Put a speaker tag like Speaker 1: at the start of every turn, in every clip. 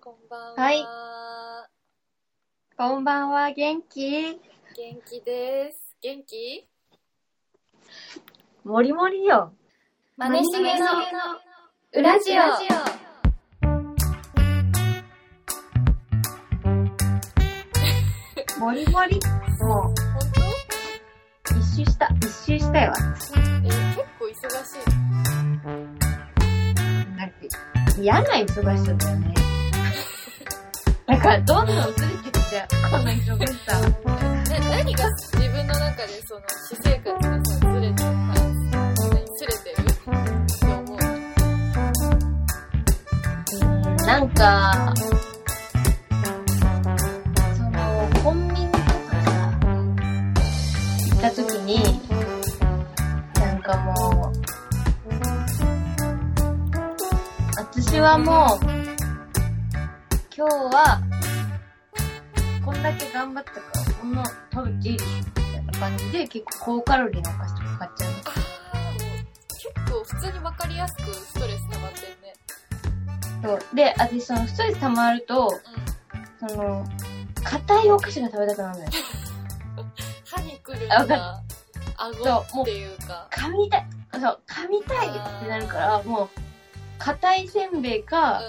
Speaker 1: こんばんは。
Speaker 2: はいこんばんは、元気
Speaker 1: 元気です。元気
Speaker 2: もりもりよ。
Speaker 1: マ
Speaker 2: ネしめの
Speaker 1: ウ
Speaker 2: ラジオ もりもりも
Speaker 1: 本
Speaker 2: う、一周した、一周したよ。
Speaker 1: 当え結構忙しい。
Speaker 2: なんて、嫌な忙しさだよね。 だから、どんどんずれてきちゃう。この忙しさ。
Speaker 1: ね、何が自分の中でその私生活がさずれてる感じ何ずれてるって思う。
Speaker 2: なんか、その、コンビニとかさ、行った時に、なんかもう、私はもう、今日は、こんだけ頑張ったから、こんなの食べていいでしょみたいな感じで、結構高カロリーのお菓子とか買っちゃうの。
Speaker 1: ああ、もう結構普通にわかりやすくストレス溜まってんね。
Speaker 2: そう。で、私そのストレス溜まると、
Speaker 1: うん。
Speaker 2: その、硬いお菓子が食べたくなるのよ。
Speaker 1: 歯にくる
Speaker 2: あわ
Speaker 1: か顎っていうか。
Speaker 2: 噛みたい、そう、噛みたいってなるから、もう、硬いせんべいうか、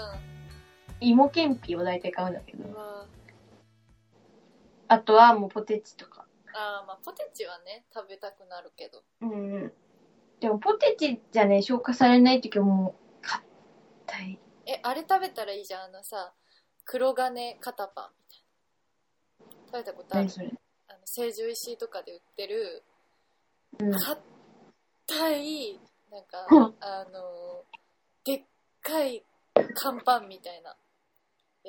Speaker 2: 芋けんぴを大体買うんだけ
Speaker 1: ん。
Speaker 2: ど、
Speaker 1: まあ、
Speaker 2: あとはもうポテチとか。
Speaker 1: あーまあ、ポテチはね、食べたくなるけど。
Speaker 2: うん。でもポテチじゃね、消化されない時はもう、硬い。
Speaker 1: え、あれ食べたらいいじゃん。あのさ、黒金肩パンみたいな。食べたことある
Speaker 2: 何それ。
Speaker 1: あの、成城石井とかで売ってる、
Speaker 2: うん。
Speaker 1: 硬い、なんか
Speaker 2: うん、
Speaker 1: あの、でっかい乾パンみたいな。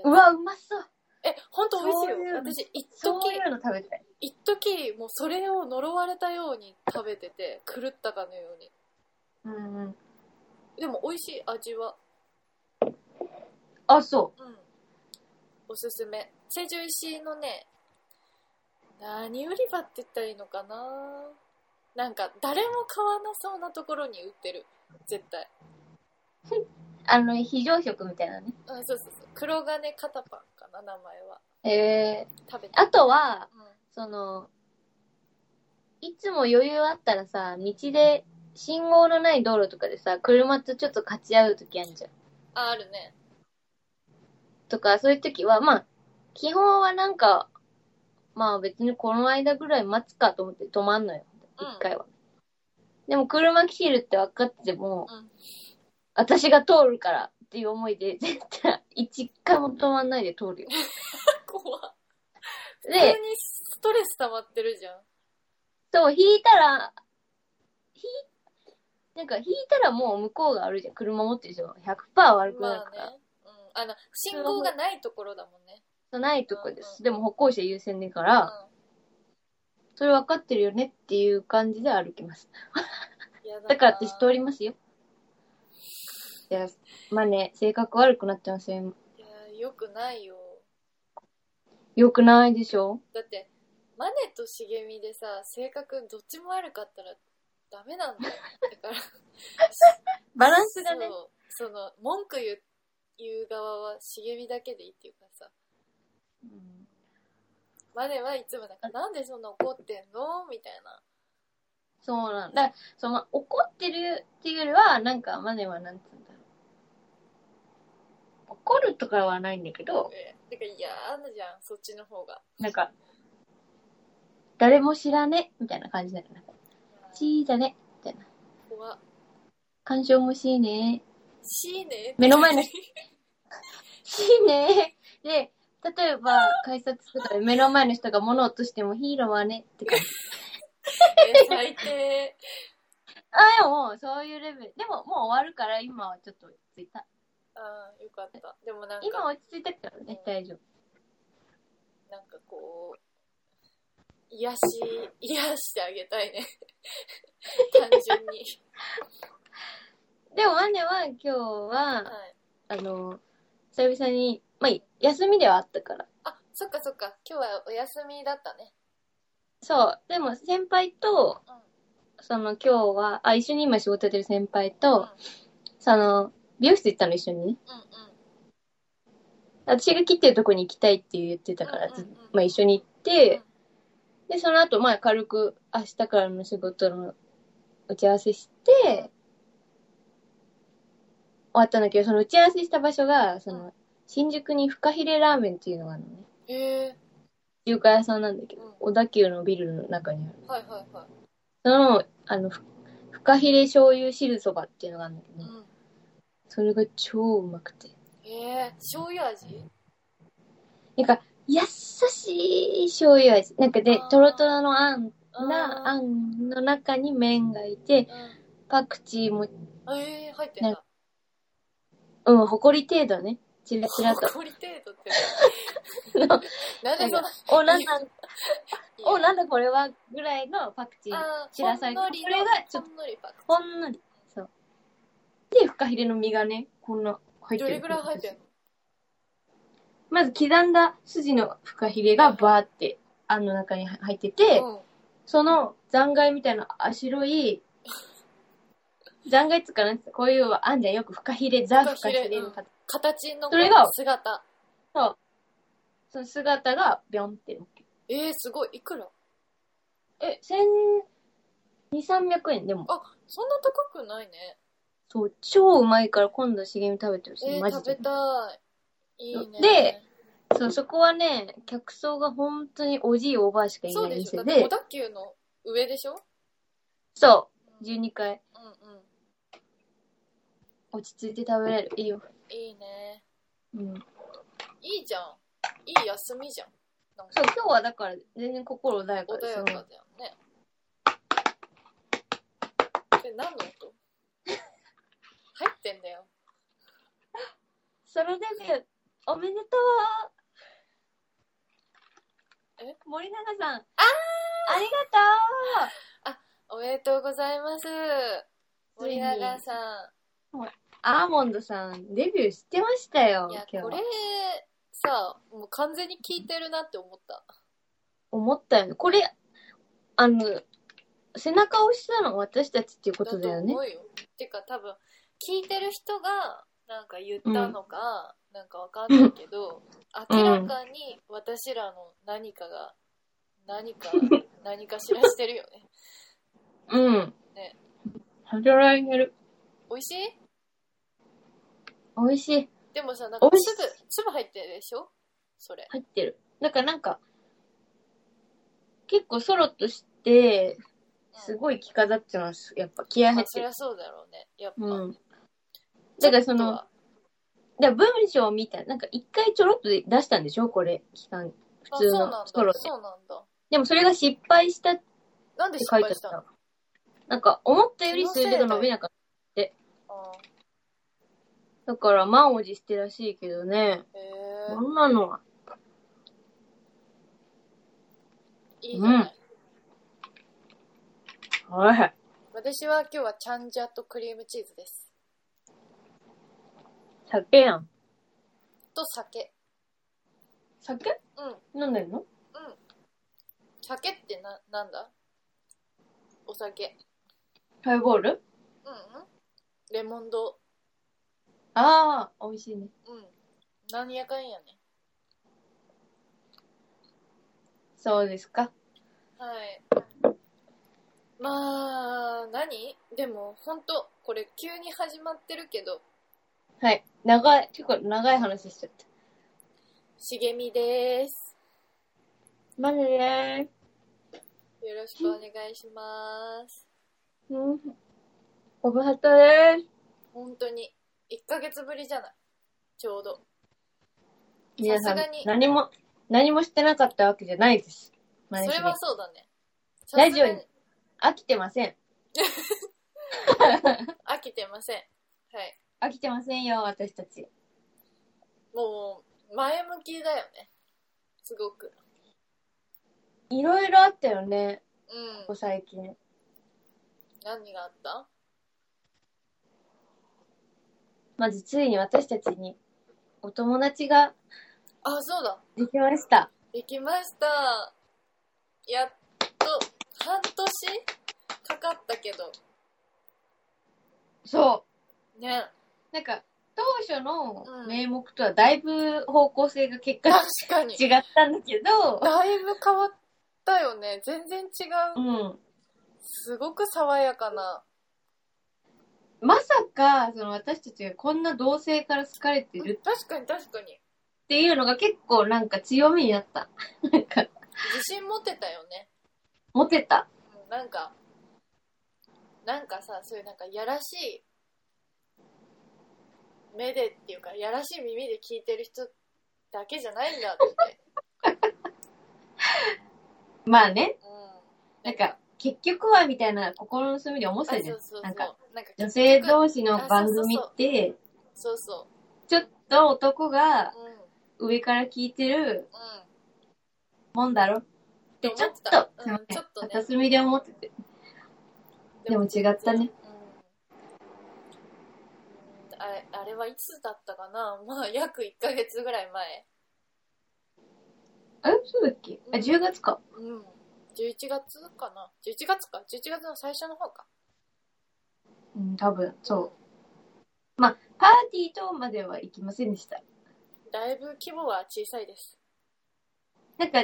Speaker 2: うわ、うまそう。
Speaker 1: え、ほんと美味しいよ
Speaker 2: そういう。
Speaker 1: 私、一
Speaker 2: そう
Speaker 1: 時
Speaker 2: いうの食べたい。
Speaker 1: 一時もうそれを呪われたように食べてて、狂ったかのように。
Speaker 2: うんうん。
Speaker 1: でも美味しい味は。
Speaker 2: あ、そ
Speaker 1: うん。おすすめ。成城石井のね、何売り場って言ったらいいのかななんか、誰も買わなそうなところに売ってる。絶対。
Speaker 2: う。あの、非常食みたいなね。
Speaker 1: うん、そうそうそう。黒金肩パンかな、名前は。
Speaker 2: えー、
Speaker 1: 食べて。
Speaker 2: あとは、
Speaker 1: うん。
Speaker 2: その、いつも余裕あったらさ、道で、信号のない道路とかでさ、車とちょっと勝ち合う時あるじゃん。
Speaker 1: あ、あるね。
Speaker 2: とか、そういう時は、まあ、基本はなんか、まあ別にこの間ぐらい待つかと思って止まんのよ。
Speaker 1: うん
Speaker 2: 一回は。でも車来てるって分かってても、
Speaker 1: うん
Speaker 2: 私が通るからっていう思いで、絶対一回も止まんないで通るよ。
Speaker 1: 怖っ普通
Speaker 2: で、
Speaker 1: にストレス溜まってるじゃん。
Speaker 2: そう、引いたら、引い、なんか引いたらもう向こうがあるじゃん。車持ってるじゃん。100%悪くなる
Speaker 1: ま
Speaker 2: か
Speaker 1: あ
Speaker 2: ら。
Speaker 1: ね。うん。あの、信号がないところだもんね。
Speaker 2: ないとこです。
Speaker 1: うん
Speaker 2: でも歩行者優先だか
Speaker 1: うん
Speaker 2: ら、。それ分かってるよねっていう感じで歩きます。
Speaker 1: 嫌だな
Speaker 2: だから私通りますよ。いや、まあね、性格悪くなってますよ。
Speaker 1: いやー、よくないよ。
Speaker 2: 良くないでしょ
Speaker 1: だってマネと茂みでさ性格どっちも悪かったらダメなんだよだから
Speaker 2: バランスがね。
Speaker 1: そうその文句言う言う側は茂みだけでいいっていうかさ
Speaker 2: うん
Speaker 1: マネはいつもなんかなんでそんな怒ってんのみたいな
Speaker 2: そうなんだ。その、怒ってるっていうよりは、なんか、マネはなんつうんだろう。怒るとかはないんだけど、
Speaker 1: えーてか嫌なじゃんそっちの方が
Speaker 2: なんか、誰も知らね、みたいな感じだよね。チーだね、みたいな。
Speaker 1: 怖っ
Speaker 2: 干渉もしいね。
Speaker 1: しいね
Speaker 2: 目の前の
Speaker 1: い
Speaker 2: しいね。で、例えば、改札とかで目の前の人が物を落としてもヒーローはね、って感じ。
Speaker 1: や最低
Speaker 2: あ、でも、そういうレベル。でも、もう終わるから、今はちょっと落ち着いた。
Speaker 1: あーよかったでもなん
Speaker 2: 今
Speaker 1: か
Speaker 2: 落ち着いたからね、大丈夫。
Speaker 1: なんかこう癒し癒してあげたいね 単純に
Speaker 2: でも、姉は今日は、
Speaker 1: はい。
Speaker 2: あの、久々に、まあ、休みではあったから。
Speaker 1: あ、そっかそっか。今日はお休みだったね。
Speaker 2: そう。でも、先輩と、
Speaker 1: うん
Speaker 2: その、今日は、あ、一緒に今仕事やってる先輩と、
Speaker 1: うん
Speaker 2: その、美容室行ったの、一緒にね。
Speaker 1: うんうん。
Speaker 2: だ私が切ってるとこに行きたいって言ってたから、ず
Speaker 1: うんうんうん
Speaker 2: まあ、一緒に行って、で、その後、まあ、軽く明日からの仕事の打ち合わせして、終わったんだけど、その打ち合わせした場所が、その、新宿にフカヒレラーメンっていうのがあるのね。
Speaker 1: へえ
Speaker 2: 中華屋さんなんだけど
Speaker 1: うん、
Speaker 2: 小田急のビルの中にある。
Speaker 1: はいはいはい
Speaker 2: その、あの、ふフカヒレ醤油汁そばっていうのがあるんだけど、ね、
Speaker 1: うん
Speaker 2: それが超うまくて。
Speaker 1: へえ醤油味
Speaker 2: なんか、優しい醤油味。なんかで
Speaker 1: あー、
Speaker 2: トロトロのあん
Speaker 1: うん
Speaker 2: な、あんの中に麺がいて、
Speaker 1: う
Speaker 2: パクチーも、
Speaker 1: んええ入ってんだ
Speaker 2: うん、ほこり程度ね、チラチラと。
Speaker 1: 誇り程度って
Speaker 2: の
Speaker 1: なんでそんな
Speaker 2: お、なんだ、
Speaker 1: いい
Speaker 2: お、なんだこれは、ぐらいのパクチー。
Speaker 1: あー
Speaker 2: 散らされて
Speaker 1: ほんのりの
Speaker 2: これがちょっと
Speaker 1: ほんのりパク
Speaker 2: ほんのり。そう。で、フカヒレの身がね、こんな、入って
Speaker 1: ど
Speaker 2: る。
Speaker 1: れぐらい入ってんの
Speaker 2: まず刻んだ筋のフカヒレがバーって、あんの中に入ってて、
Speaker 1: うん
Speaker 2: その残骸みたいなあ白い、残骸っつうかなんつうかこういうあんじゃんよくフカヒレ、ザ・
Speaker 1: フカ
Speaker 2: フ
Speaker 1: ヒ
Speaker 2: カ
Speaker 1: レ
Speaker 2: ヒレの形、
Speaker 1: 形の
Speaker 2: それが
Speaker 1: 姿
Speaker 2: その姿がビョンって乗っけ
Speaker 1: えー、すごいいくら
Speaker 2: え、千、二三百円でも。
Speaker 1: あそんな高くないね
Speaker 2: そう、超うまいから今度茂み食べてほしい。
Speaker 1: えー、
Speaker 2: マジ
Speaker 1: 食べ
Speaker 2: で。
Speaker 1: たいいいね
Speaker 2: でそう、そこはね、客層が本当におじいおばあしかい
Speaker 1: そ
Speaker 2: な
Speaker 1: う
Speaker 2: い
Speaker 1: でし
Speaker 2: 店
Speaker 1: ょだって
Speaker 2: で
Speaker 1: 小、田急の上でしょ
Speaker 2: そう、12階、
Speaker 1: うんうん
Speaker 2: 落ち着いて食べれる。いいよ。
Speaker 1: いいね
Speaker 2: うん。
Speaker 1: いいじゃんいい休みじゃんなん
Speaker 2: そ
Speaker 1: か
Speaker 2: う、今日はだから全然心穏やか
Speaker 1: 穏
Speaker 2: です
Speaker 1: や
Speaker 2: よ
Speaker 1: かだよねえ何の音入ってんだよ
Speaker 2: ソロデビュー、おめでとう
Speaker 1: え
Speaker 2: 森永さん。あありがと
Speaker 1: おめでとうございます
Speaker 2: つい
Speaker 1: 森
Speaker 2: に
Speaker 1: 永さん
Speaker 2: うアーモンドさん、デビューしてましたよ
Speaker 1: いや、、
Speaker 2: 今
Speaker 1: これ
Speaker 2: 日。、
Speaker 1: さ、もう完全に聞いてるなって思った。
Speaker 2: 思ったよね。これ、あの、背中を押したの私たちっていうことだよね
Speaker 1: 思。うよ。てか多分、聞いてる人が、なんか言ったのか、なんかわかんないけど、
Speaker 2: うん
Speaker 1: 明らかに私らの何かが、何 か、何かしらしてるよね。
Speaker 2: うん。
Speaker 1: ね
Speaker 2: 働いてる。
Speaker 1: 美味しい
Speaker 2: 美味しい。
Speaker 1: でもさ、なんか
Speaker 2: 美味しい
Speaker 1: 粒、粒入ってるでしょそれ。
Speaker 2: 入ってる。だからなんか、結構ソロとして、すごい着飾ってます。やっぱ気合入
Speaker 1: あ
Speaker 2: っ
Speaker 1: そ
Speaker 2: て
Speaker 1: り
Speaker 2: る。
Speaker 1: ゃそうだろうね。やっぱ。
Speaker 2: うん。だからその、で文章を見たら、なんか一回ちょろっと出したんでしょこれ、期間、
Speaker 1: あ、そ
Speaker 2: 普
Speaker 1: う
Speaker 2: 通
Speaker 1: なん
Speaker 2: の
Speaker 1: だ。
Speaker 2: ソロで。
Speaker 1: そうなんだ。
Speaker 2: でもそれが失敗したって
Speaker 1: なんで失
Speaker 2: 書いてあ
Speaker 1: 敗
Speaker 2: っ
Speaker 1: した
Speaker 2: た
Speaker 1: の
Speaker 2: の。なんか、思ったより数字が伸びなかっ
Speaker 1: あ
Speaker 2: た。だから、満を持してらしいけどね。
Speaker 1: ーへ
Speaker 2: こんなのは。
Speaker 1: え、いいじゃない。
Speaker 2: うんはい。
Speaker 1: 私は今日はちゃんじゃとクリームチーズです。
Speaker 2: 酒やん。
Speaker 1: と酒。
Speaker 2: 酒
Speaker 1: うん。
Speaker 2: 飲んでんの
Speaker 1: 酒ってな、なんだお酒。
Speaker 2: ハイボール
Speaker 1: うん、うん。レモンド。
Speaker 2: ああ、美味しいね。
Speaker 1: うん。なんやかんやね。
Speaker 2: そうですか。
Speaker 1: はい。まあ、何でも、ほんと、これ急に始まってるけど、
Speaker 2: はい。長い、結構長い話しちゃった。
Speaker 1: 茂みです。
Speaker 2: マジで
Speaker 1: よろしくお願いします。
Speaker 2: ーうん。ご無沙汰でーす。
Speaker 1: ほんとに、1ヶ月ぶりじゃない。ちょうど。
Speaker 2: 皆さん
Speaker 1: さすがに、
Speaker 2: 何も、何もしてなかったわけじゃないで
Speaker 1: そ
Speaker 2: す。毎日ね
Speaker 1: れはそうだね。
Speaker 2: ラジオに
Speaker 1: さすが
Speaker 2: 飽きてません。
Speaker 1: 飽きてません。はい。
Speaker 2: 飽きてませんよ、私たち。
Speaker 1: もう、前向きだよね。すごく。
Speaker 2: いろいろあったよね、こ
Speaker 1: う
Speaker 2: こ
Speaker 1: ん。
Speaker 2: 最近。
Speaker 1: 何があった
Speaker 2: まずついに私たちにお友達が
Speaker 1: あ、そうだ。
Speaker 2: できました。
Speaker 1: できました。やっと、半年かかったけど。
Speaker 2: そ
Speaker 1: ね。
Speaker 2: う。なんか、当初の名目とはだいぶ方向性が結果
Speaker 1: 確かに
Speaker 2: 違ったんだけど、
Speaker 1: だいぶ変わったよね全然違う
Speaker 2: うん。
Speaker 1: すごく爽やかな
Speaker 2: まさか、その私たちがこんな同性から好かれてる
Speaker 1: 確かに確かに
Speaker 2: っていうのが結構なんか強みになった。なんか、
Speaker 1: 自信持てたよね
Speaker 2: モテた。
Speaker 1: うんなんかなんかさそういうなんかやらしい目でっていうかやらしい耳で聞いてる人だけじゃないんだって、
Speaker 2: まあね、
Speaker 1: うん、
Speaker 2: なんか、結局はみたいな心の隅で思
Speaker 1: あ
Speaker 2: っ
Speaker 1: そ
Speaker 2: て
Speaker 1: う
Speaker 2: るじゃ
Speaker 1: そ
Speaker 2: ん。
Speaker 1: うそう
Speaker 2: なんか、
Speaker 1: なんか
Speaker 2: 女性同士の番組って、
Speaker 1: そうそ
Speaker 2: ちょっと男が
Speaker 1: ううんうん
Speaker 2: 上から聞いてるもんだろって、ちょっ
Speaker 1: 思って、
Speaker 2: と
Speaker 1: た
Speaker 2: すいま
Speaker 1: うんちょっとね
Speaker 2: せん片隅で思ってて。でも違ったね。
Speaker 1: うんあれあれはいつだったかな まあ約1ヶ月ぐらい前、
Speaker 2: あれそうだっけあ、10月か。
Speaker 1: うん、11月かな11月か11月の最初の方か
Speaker 2: うん、多分、そう。パーティーとまでは行きませんでした。
Speaker 1: だいぶ規模は小さいです
Speaker 2: なんか、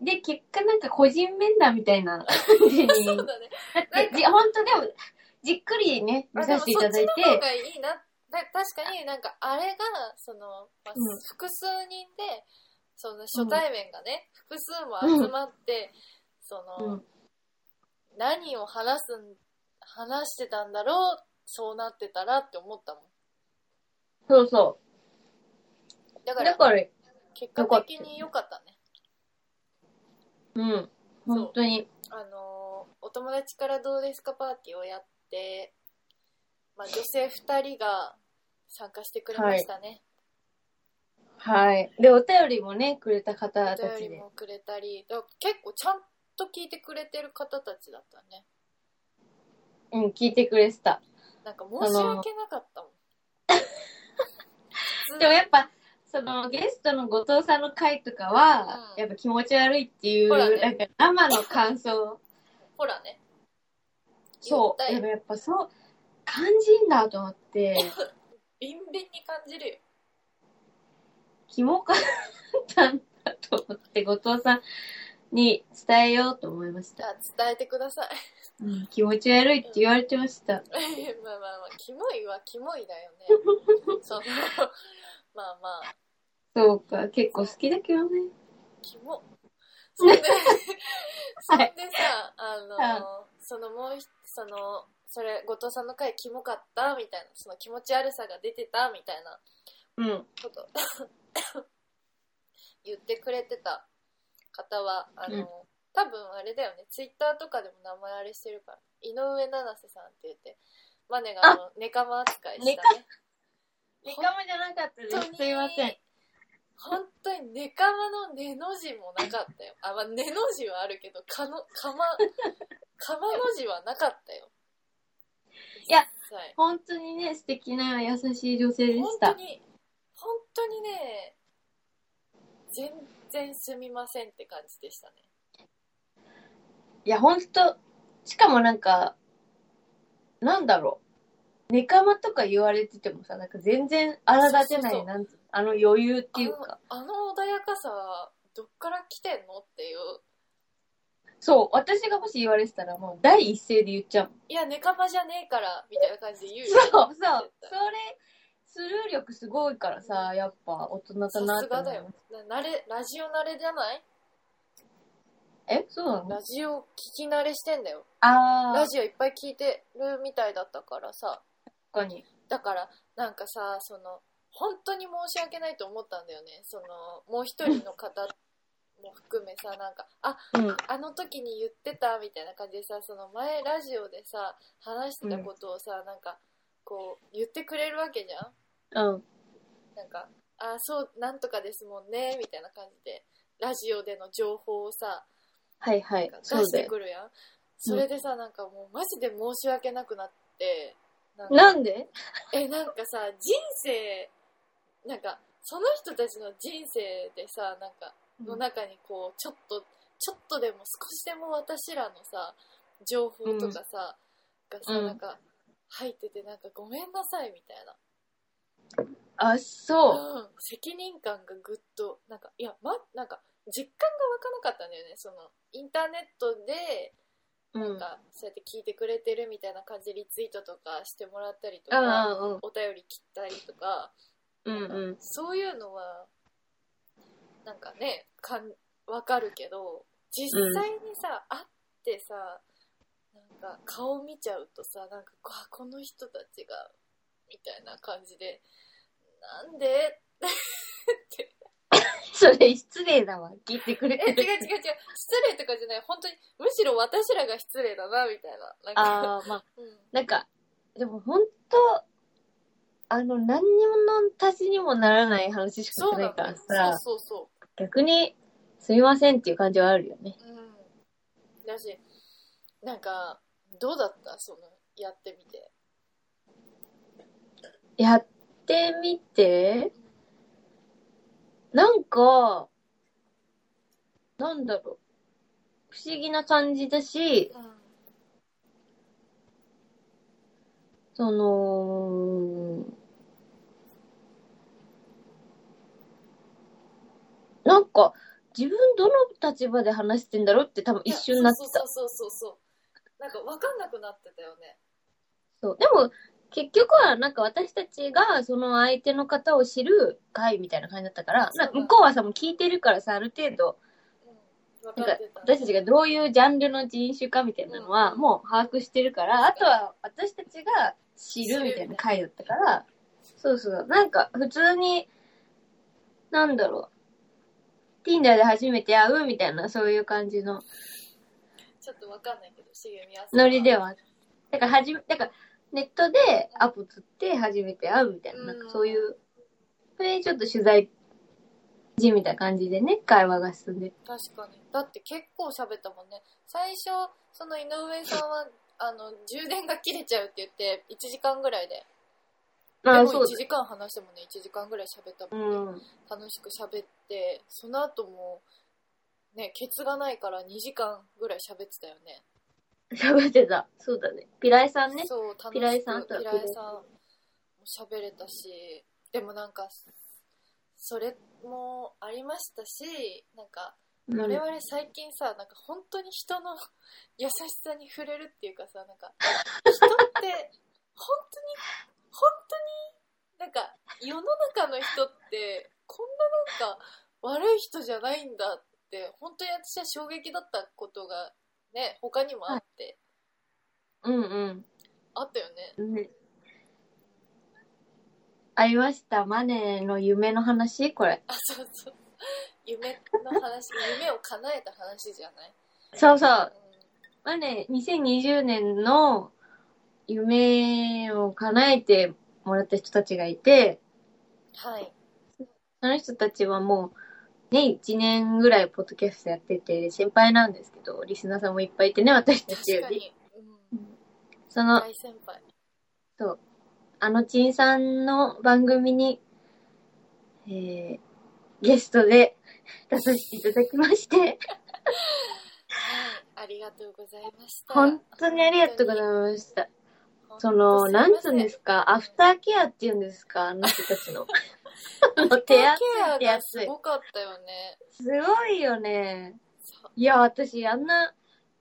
Speaker 2: で、結果なんか個人面談みた いな感じに。
Speaker 1: そうだね
Speaker 2: だって、じ本当でも、じっくりね、見
Speaker 1: あでも
Speaker 2: させていただい
Speaker 1: そっちの方
Speaker 2: て、
Speaker 1: がいいなだ確かになんかあれがその、まあ
Speaker 2: うん
Speaker 1: 複数人でその初対面がね、複数も集まって、その、
Speaker 2: うん、
Speaker 1: 何を話すん話してたんだろうそうなってたらって思ったもん
Speaker 2: そうそ
Speaker 1: だか
Speaker 2: う。
Speaker 1: ら
Speaker 2: だから、
Speaker 1: 結果的に良かったね
Speaker 2: うん、本当に。
Speaker 1: あのーお友達からどうですかパーティーをやって、まあ、女性2人が参加してくれましたね、
Speaker 2: はい。で、お便りもね、くれた方た
Speaker 1: お
Speaker 2: ち
Speaker 1: 便り
Speaker 2: で。
Speaker 1: もくれたりだから結構ちゃんと聞いてくれてる方たちだったね
Speaker 2: うん、聞いてくれてた。
Speaker 1: なんか申し訳なかったもん普通
Speaker 2: でもやっぱ、そのゲストの後藤さんの回とかは、
Speaker 1: うん
Speaker 2: やっぱ気持ち悪いっていう、
Speaker 1: ほらね
Speaker 2: なんか生の感想。
Speaker 1: ほらね
Speaker 2: そ
Speaker 1: 言った
Speaker 2: う。
Speaker 1: よ
Speaker 2: でもやっぱそう、肝心だと思 って、
Speaker 1: ビンビンに感じるよ
Speaker 2: キモかったんだと思って、後藤さんに伝えようと思いました。
Speaker 1: あ伝えてください
Speaker 2: うん、気持ち悪いって言われてまし た。
Speaker 1: まあまあまあキモいはキモいだよねその まあまあ
Speaker 2: そうか、結構好きだけどね。
Speaker 1: キモ。そんで、そんでさ、
Speaker 2: は
Speaker 1: あ
Speaker 2: い
Speaker 1: の、そのもうひ、その、それ、後藤さんの回キモかったみたいな、その気持ち悪さが出てたみたいな
Speaker 2: うん。
Speaker 1: こと 言ってくれてた方は、あの、
Speaker 2: うん
Speaker 1: 多分あれだよね、ツイッターとかでも名前あれしてるから、井上七瀬さんって言って、マネがあの、ネカマ扱いしたね
Speaker 2: ネ。カネカマじゃなかった
Speaker 1: 本当に
Speaker 2: すいません。。
Speaker 1: 本当にネカマのネの字もなかったよ。あ、まあ、ネの字はあるけど、かの、か ま、かまの字はなかったよ。
Speaker 2: いや
Speaker 1: 一切、
Speaker 2: 本当にね、素敵な優しい女性で
Speaker 1: 本
Speaker 2: した
Speaker 1: 当。に、本当にね、全然すみませんって感じでしたね。
Speaker 2: いや、ほんと、しかもなんか、なんだろう。ネカマとか言われててもさ、なんか全然荒立てない、
Speaker 1: そうそうそう
Speaker 2: なんつあの余裕っていうか。
Speaker 1: あの、あの穏やかさは、どっから来てんのっていう。
Speaker 2: そう、私がもし言われてたらもう第一声で言っちゃうもん。
Speaker 1: いや、ネカマじゃねえから、みたいな感じで言う
Speaker 2: そうそう。
Speaker 1: 絶
Speaker 2: それ
Speaker 1: 対、
Speaker 2: スルー力すごいからさ、やっぱ大人だな
Speaker 1: さ
Speaker 2: っ
Speaker 1: す
Speaker 2: て
Speaker 1: が
Speaker 2: 思
Speaker 1: だ
Speaker 2: い
Speaker 1: よ
Speaker 2: ます。。
Speaker 1: な慣れ、ラジオ慣れじゃない
Speaker 2: え、そうなの
Speaker 1: ラジオ聞き慣れしてんだよ。
Speaker 2: あー
Speaker 1: ラ、ジオいっぱい聞いてるみたいだったからさ。
Speaker 2: 確かに。
Speaker 1: だから、なんかさ、その、本当に申し訳ないと思ったんだよね。その、もう一人の方も含めさ、なんか、あ、
Speaker 2: うん。
Speaker 1: あの時に言ってたみたいな感じでさ、その前ラジオでさ、話してたことをさ、なんか、こう、言ってくれるわけじゃん
Speaker 2: うん。
Speaker 1: なんか、あ、そう、なんとかですもんね、みたいな感じで、ラジオでの情報をさ、
Speaker 2: はいはい。そ
Speaker 1: 出
Speaker 2: う
Speaker 1: し
Speaker 2: だ
Speaker 1: て
Speaker 2: よ。
Speaker 1: くるやんそれでさなんかもうマジで申し訳なくなってなんか
Speaker 2: なんで
Speaker 1: えなんかさ人生なんかその人たちの人生でさなんかの中にこうちょっとちょっとでも少しでも私らのさ情報とかさ、がさ、
Speaker 2: うん
Speaker 1: なんか入っててなんかごめんなさいみたいな
Speaker 2: あ、そう。
Speaker 1: うん、責任感がぐっとなんかいや、ま、なんか実感が湧かなかったんだよねそのインターネットで
Speaker 2: う
Speaker 1: なん
Speaker 2: ん。
Speaker 1: かそうやって聞いてくれてるみたいな感じでリツイートとかしてもらったりとか
Speaker 2: あ
Speaker 1: お便り切ったりとか
Speaker 2: ーうん。うんうん。
Speaker 1: そういうのはなんかねかん分かるけど実際にさ、会ってさなんか顔見ちゃうとさなんかこあこの人たちがみたいな感じでなんで
Speaker 3: それ失礼だわ。聞いてくれ
Speaker 1: え違う違
Speaker 3: て
Speaker 1: う違
Speaker 3: る。
Speaker 1: う失礼とかじゃない本当にむしろ私らが失礼だなみたいななんか
Speaker 3: ああ、まあ、
Speaker 1: うん
Speaker 3: なんか、
Speaker 2: でも本当あの、何にもの足しにもならない話しか
Speaker 1: そ
Speaker 2: し
Speaker 1: う
Speaker 2: てな
Speaker 1: ないん
Speaker 2: から
Speaker 1: だ
Speaker 2: さ、
Speaker 1: そうそうそう
Speaker 2: 逆に、すみませんっていう感じはあるよね。
Speaker 1: うんだしなんかどうだったそのやってみて
Speaker 2: やってみて、なんか、なんだろう。不思議な感じだし、
Speaker 1: うん
Speaker 2: その、なんか、自分どの立場で話してんだろうって多分一瞬なって
Speaker 1: そ
Speaker 2: た。
Speaker 1: うそうそうそうそうなんか分かんなくなってたよね
Speaker 2: そう。でも、結局はなんか私たちがその相手の方を知る会みたいな感じだったから、
Speaker 1: そうだ
Speaker 2: な向こうはさ、もう聞いてるからさ、ある程度、
Speaker 1: うん分
Speaker 2: なん
Speaker 1: か
Speaker 2: か
Speaker 1: ってた
Speaker 2: 私たちがどういうジャンルの人種かみたいなのは
Speaker 1: うん
Speaker 2: もう把握してるから、あとは私たちが知るみたいな回だったから、そうそう、なんか普通に、なんだろう、Tinder で初めて会うみたいな、そういう感じの
Speaker 1: ちょっと分かんないけど茂みや
Speaker 2: ノリではあった。だからはじめ、だからネットでアポ取って初めて会うみたいな、
Speaker 1: うん
Speaker 2: なんかそういう、それにちょっと取材じみたいな感じでね、会話が進んで
Speaker 1: 確かにだって結構喋ったもんね最初その井上さんはあの充電が切れちゃうって言って1時間ぐらいでで
Speaker 2: まあ
Speaker 1: も
Speaker 2: そう
Speaker 1: 1
Speaker 2: だ。
Speaker 1: 時間話してもね1時間ぐらい喋った
Speaker 2: う
Speaker 1: もんね、
Speaker 2: ん。
Speaker 1: 楽しく喋ってその後もねケツがないから2時間ぐらい喋ってたよね
Speaker 2: 喋ってた。そうだね。ピライさんね。
Speaker 1: そう楽しく
Speaker 2: ピライさんと
Speaker 1: ピライさんも喋れたしでもなんかそれもありましたしなんか
Speaker 2: うん
Speaker 1: 我々最近さ、なんか本当に人の優しさに触れるっていうかさなんか人って本当に本当になんか世の中の人ってこんななんか悪い人じゃないんだって本当に私は衝撃だったことがね他にもあって、
Speaker 2: うん
Speaker 1: あったよね
Speaker 2: うん。ねありました。マネーの夢の話これ。
Speaker 1: あそうそう夢の話夢を叶えた話じゃない、
Speaker 2: そうそう。
Speaker 1: うん
Speaker 2: マネー、2020年の夢を叶えてもらった人たちがいて、
Speaker 1: はい
Speaker 2: その人たちはもう、ね、1年ぐらいポッドキャストやってて、先輩なんですけど、リスナーさんもいっぱいいてね、私たち
Speaker 1: 確
Speaker 2: よ
Speaker 1: か
Speaker 2: り。
Speaker 1: に、う、
Speaker 2: うんんその、
Speaker 1: 大先輩
Speaker 2: あのちんさんの番組に、えー、ゲストで 出させていただきまして、
Speaker 1: ありがとうございました。
Speaker 2: 本当にありがとうございました。
Speaker 1: 本当
Speaker 2: その、なんつうんですすか、アフターケアって言うんですか、あの人たちの。
Speaker 1: いません
Speaker 2: 手厚
Speaker 1: アフター
Speaker 2: い、手
Speaker 1: ケアが
Speaker 2: 厚
Speaker 1: す
Speaker 2: い。
Speaker 1: ごかったよね。
Speaker 2: すごいよね。
Speaker 1: そう
Speaker 2: いや、私、あんな、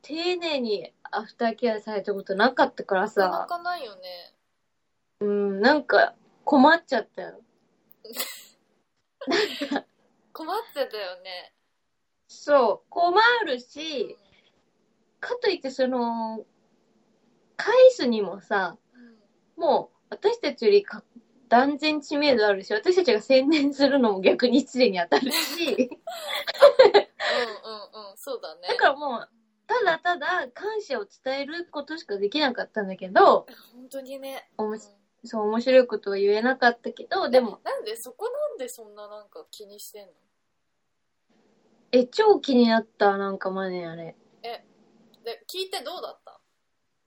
Speaker 2: 丁寧にアフターケアされたことなかったから
Speaker 1: なかな
Speaker 2: さ、
Speaker 1: かないよね。
Speaker 2: うん、なんか、困っちゃったよ。
Speaker 1: 困ってたよね。
Speaker 2: そう、困る
Speaker 1: うん
Speaker 2: し、かといって、その、返すにもさ、
Speaker 1: うん
Speaker 2: もう、私たちよりか断然知名度あるし、私たちが宣伝するのも逆に失礼に当たるし、
Speaker 1: うんうんうん、そうだね。
Speaker 2: だからもう、ただただ感謝を伝えることしかできなかったんだけど、
Speaker 1: 本当にね。
Speaker 2: おも
Speaker 1: うん
Speaker 2: しそう、面白いことは言えなかったけど、でも、
Speaker 1: なんでそこなんでそんななんか気にしてんの
Speaker 2: え、超気になった、なんかマネあれ。
Speaker 1: で、聞いてどうだった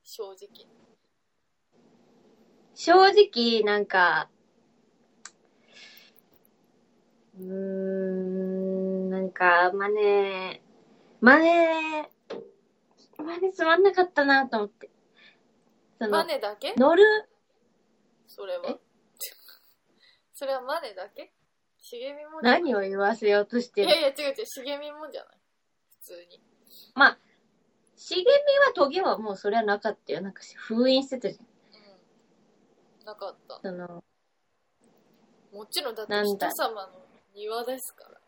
Speaker 1: 正直。
Speaker 2: 正直、なんか、うーん、なんか、マネマネマネつまんなかったなと思って。そ
Speaker 1: マ
Speaker 2: の、
Speaker 1: ネだけ
Speaker 2: 乗る、
Speaker 1: それは
Speaker 2: え。
Speaker 1: それはマネだけ茂みもじゃない
Speaker 2: 何を言わせようとし
Speaker 1: い
Speaker 2: て
Speaker 1: や
Speaker 2: る
Speaker 1: いや違う違う茂みもじゃない普通に
Speaker 2: まあ、茂みはトゲはもうそれはなかったよ。なんか封印してたじ
Speaker 1: うんなかった
Speaker 2: ゃん。その、
Speaker 1: もちろんだって
Speaker 2: なんだ
Speaker 1: 人様の庭ですから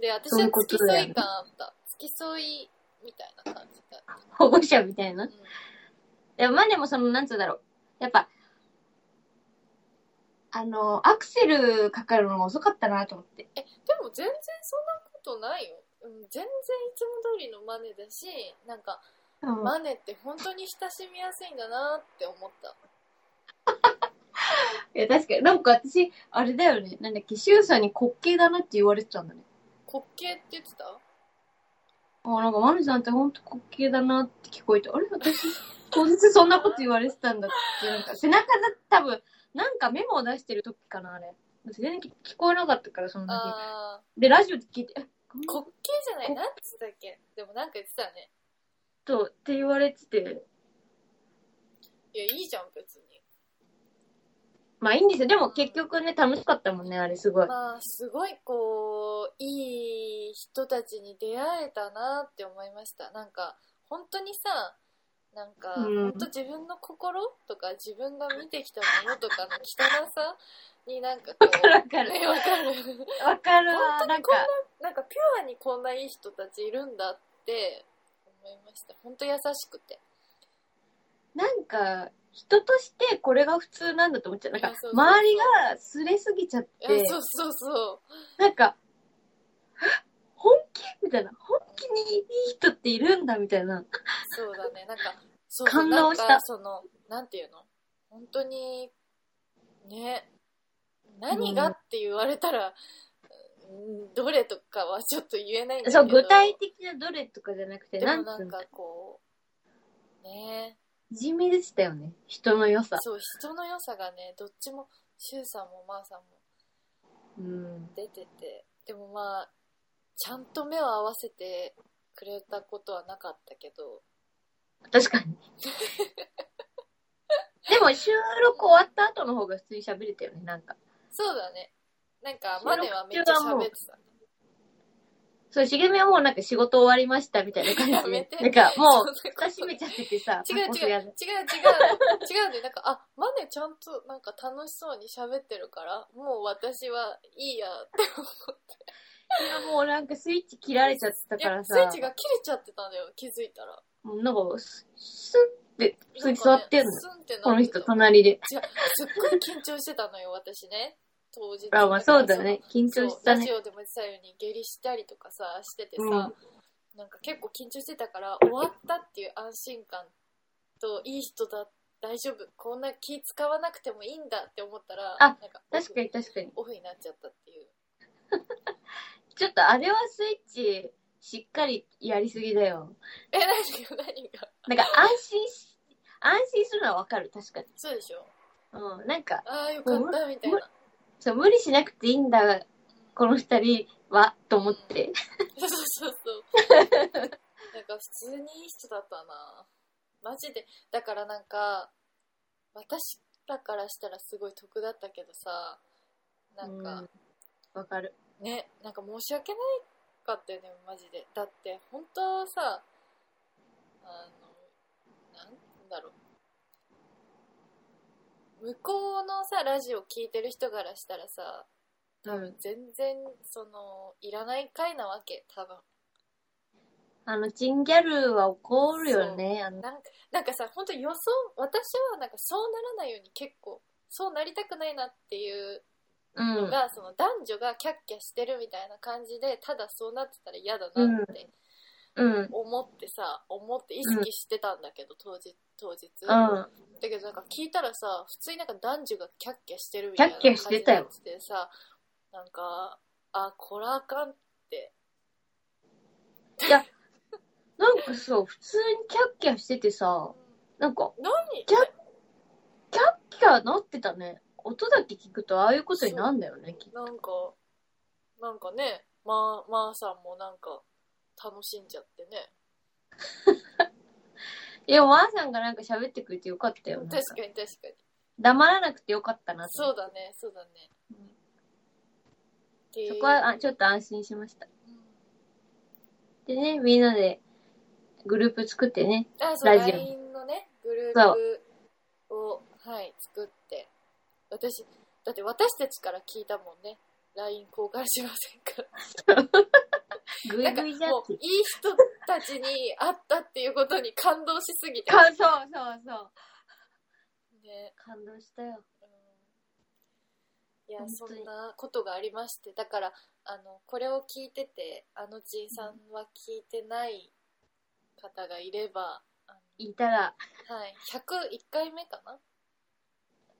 Speaker 1: で私
Speaker 2: そうい
Speaker 1: は
Speaker 2: うこ
Speaker 1: 付
Speaker 2: と
Speaker 1: き添
Speaker 2: だよ
Speaker 1: い
Speaker 2: ね
Speaker 1: 感あった付き添いみたいな感じだった、
Speaker 2: 保護者みたいな
Speaker 1: う。ん
Speaker 2: でもまあでもその、なんつうんだろう。やっぱ、あの、アクセルかかるのが遅かったなと思って。
Speaker 1: でも全然そんなことないよ、うん、全然いつも通りのマネだしなんか
Speaker 2: うん
Speaker 1: マネって本当に親しみやすいんだなって思った
Speaker 2: いや、確かに。なんか私、あれだよね。なんだっけ、シュウさんに滑稽だなって言われてたんだね。
Speaker 1: 滑稽って言ってた
Speaker 2: あ、なんか、マルさんってほんと滑稽だなって聞こえて、あれ私、当日そんなこと言われてたんだって。なんか、背中だ、多分、なんかメモを出してる時かな、あれ。私全然聞こえなかったから、その時。
Speaker 1: あ
Speaker 2: で、ラジオで聞いて、え
Speaker 1: ー
Speaker 2: こ
Speaker 1: 滑
Speaker 2: っ
Speaker 1: 稽じゃないなんつったっけでもなんか言ってたね
Speaker 2: とって言われてて、
Speaker 1: いやいいじゃん別に
Speaker 2: まあいいんですよ。でも結局ね、楽しかったもんね、あれすごい。
Speaker 1: まあすごいこういい人たちに出会えたなって思いましたなんか本当にさなんか、
Speaker 2: うん
Speaker 1: 本当自分の心とか自分が見てきたものとかの汚さになんかこう
Speaker 2: わかる。
Speaker 1: ねわかる
Speaker 2: わかる
Speaker 1: 本当
Speaker 2: わ。
Speaker 1: に
Speaker 2: なんか
Speaker 1: こん、なんかピュアにこんないい人たちいるんだって思いました本当優しくて
Speaker 2: なんか、人としてこれが普通なんだと思っちゃう。なん
Speaker 1: い
Speaker 2: か
Speaker 1: やそう、そうそう
Speaker 2: 周りがすれすぎちゃっ
Speaker 1: いや
Speaker 2: て、
Speaker 1: そうそうそう
Speaker 2: なんか、 本気みたいな。本気にいい人っているんだみたいな。
Speaker 1: そうだね、なんか、そうそう
Speaker 2: 感動した
Speaker 1: なんかその、なんていうの本当に、ね、何がって言われたら、うんどれとかはちょっと言えないんだけど。
Speaker 2: そう、具体的などれとかじゃなくて、
Speaker 1: で
Speaker 2: な
Speaker 1: も
Speaker 2: んつ
Speaker 1: な
Speaker 2: うんの
Speaker 1: かこう、ね、
Speaker 2: 地味でしたよね。人の良さ。
Speaker 1: そう、人の良さがね、どっちも、シュウさんもマーさんも
Speaker 2: うん。
Speaker 1: 出てて、でもまあ、ちゃんと目を合わせてくれたことはなかったけど、
Speaker 2: 確かに。 でも収録終わった後の方が普通に喋れたよね、なんか。
Speaker 1: そうだね。なんか、
Speaker 2: 収
Speaker 1: マ
Speaker 2: 録
Speaker 1: ネはめっちゃ
Speaker 2: 中はもう
Speaker 1: 喋ってた。
Speaker 2: そう、しげみはもうなんか仕事終わりましたみたいな感じ
Speaker 1: やめ
Speaker 2: で
Speaker 1: て。
Speaker 2: なんか
Speaker 1: そ
Speaker 2: もう、
Speaker 1: んなこと
Speaker 2: 蓋閉めちゃっててさ、
Speaker 1: 違う違う
Speaker 2: タコス
Speaker 1: 違う違う違
Speaker 2: や
Speaker 1: う
Speaker 2: る
Speaker 1: 違うねなんかあマネちゃんとなんか楽しそうに喋ってるからもう私はいいやって思って
Speaker 2: いやもうなんかスイッチ切られちゃってた
Speaker 1: い
Speaker 2: から
Speaker 1: や
Speaker 2: さ、
Speaker 1: スイッチが切れちゃってたんだよ気づいたら
Speaker 2: もうなんかス、スンって、普通に座ってんの。
Speaker 1: なんかねスンってなってた
Speaker 2: この人隣で。
Speaker 1: 違うすっごい緊張してたのよ私ね当日
Speaker 2: あ、まあそうだね。緊
Speaker 1: そう
Speaker 2: 張した
Speaker 1: ラジ
Speaker 2: ね。
Speaker 1: オでも言ってたように下痢したりとかさしててさ、
Speaker 2: うん
Speaker 1: なんか結構緊張してたから終わったっていう安心感といい人だ大丈夫こんな気使わなくてもいいんだって思ったら
Speaker 2: あ
Speaker 1: なんかオフ
Speaker 2: 確かに確かに。
Speaker 1: オフになっちゃったっていう
Speaker 2: ちょっとあれはスイッチしっかりやりすぎだよ。
Speaker 1: え何が何が
Speaker 2: なんか安心し、安心するのはわかる、確かに。
Speaker 1: そうでしょ
Speaker 2: うん、なんか、
Speaker 1: ああよかったみたいな
Speaker 2: そう、無理しなくていいんだ、この二人は、と思って。
Speaker 1: そうそうそうそう。なんか普通にいい人だったな。マジで。だからなんか、私らからしたらすごい得だったけどさ、なんか、
Speaker 2: うん、わかる。
Speaker 1: ね、なんか申し訳ないかったよね、マジで。だって、本当はさ、あの、なんだろう。向こうのさ、ラジオ聞いてる人からしたらさ、
Speaker 2: 多分。
Speaker 1: 全然、その、いらない回なわけ、多分。
Speaker 2: あの、チンギャルは怒るよね。あの、
Speaker 1: なんかなんかさ本当予想私はなんかそうならないように結構そうなりたくないなっていう
Speaker 2: うん
Speaker 1: の。が、その男女がキャッキャしてるみたいな感じでただそうなってたら嫌だなって
Speaker 2: うん。
Speaker 1: 思ってさ、思って意識してたんだけど、当日当日、
Speaker 2: うん。
Speaker 1: だけどなんか聞いたらさ普通になんか男女がキャッキャしてるみたいな
Speaker 2: キャ
Speaker 1: 感
Speaker 2: ッキャして
Speaker 1: じ
Speaker 2: た
Speaker 1: で
Speaker 2: よ
Speaker 1: てさなんかあこらあかん
Speaker 2: なんかさ、普通にキャッキャしててさ、なんか、
Speaker 1: 何
Speaker 2: キャッキャッキャなってたね。音だけ聞くとああいうことになんだよね、きっ
Speaker 1: な
Speaker 2: と
Speaker 1: んかなんかねまあまあさんもなんか楽しんじゃってね
Speaker 2: いや、おばあさんがなんか喋ってくれてよかったよ。なん
Speaker 1: 確かに確かに
Speaker 2: 黙らなくてよかったなって。
Speaker 1: そうだねそうだねへー
Speaker 2: そこはあちょっと安心しました。
Speaker 1: うん
Speaker 2: でね、みんなでグループ作ってね、
Speaker 1: あ、そう、
Speaker 2: ラジオ
Speaker 1: LINE のね、グループを、はい、作って。私、だって私たちから聞いたもんね。LINE 交換しませんか
Speaker 2: グ
Speaker 1: な
Speaker 2: イ
Speaker 1: んか
Speaker 2: グイじゃん
Speaker 1: も
Speaker 2: って
Speaker 1: ういい人たちに会ったっていうことに感動しすぎて。
Speaker 2: かそうそうそう。
Speaker 1: ね
Speaker 2: 感動したよ。
Speaker 1: うんいや
Speaker 2: 本
Speaker 1: そ
Speaker 2: 当に
Speaker 1: んなことがありましてだからあのこれを聞いててあのちいさんは聞いてない方がいれば、あ
Speaker 2: いたら、
Speaker 1: のはい、101回目かな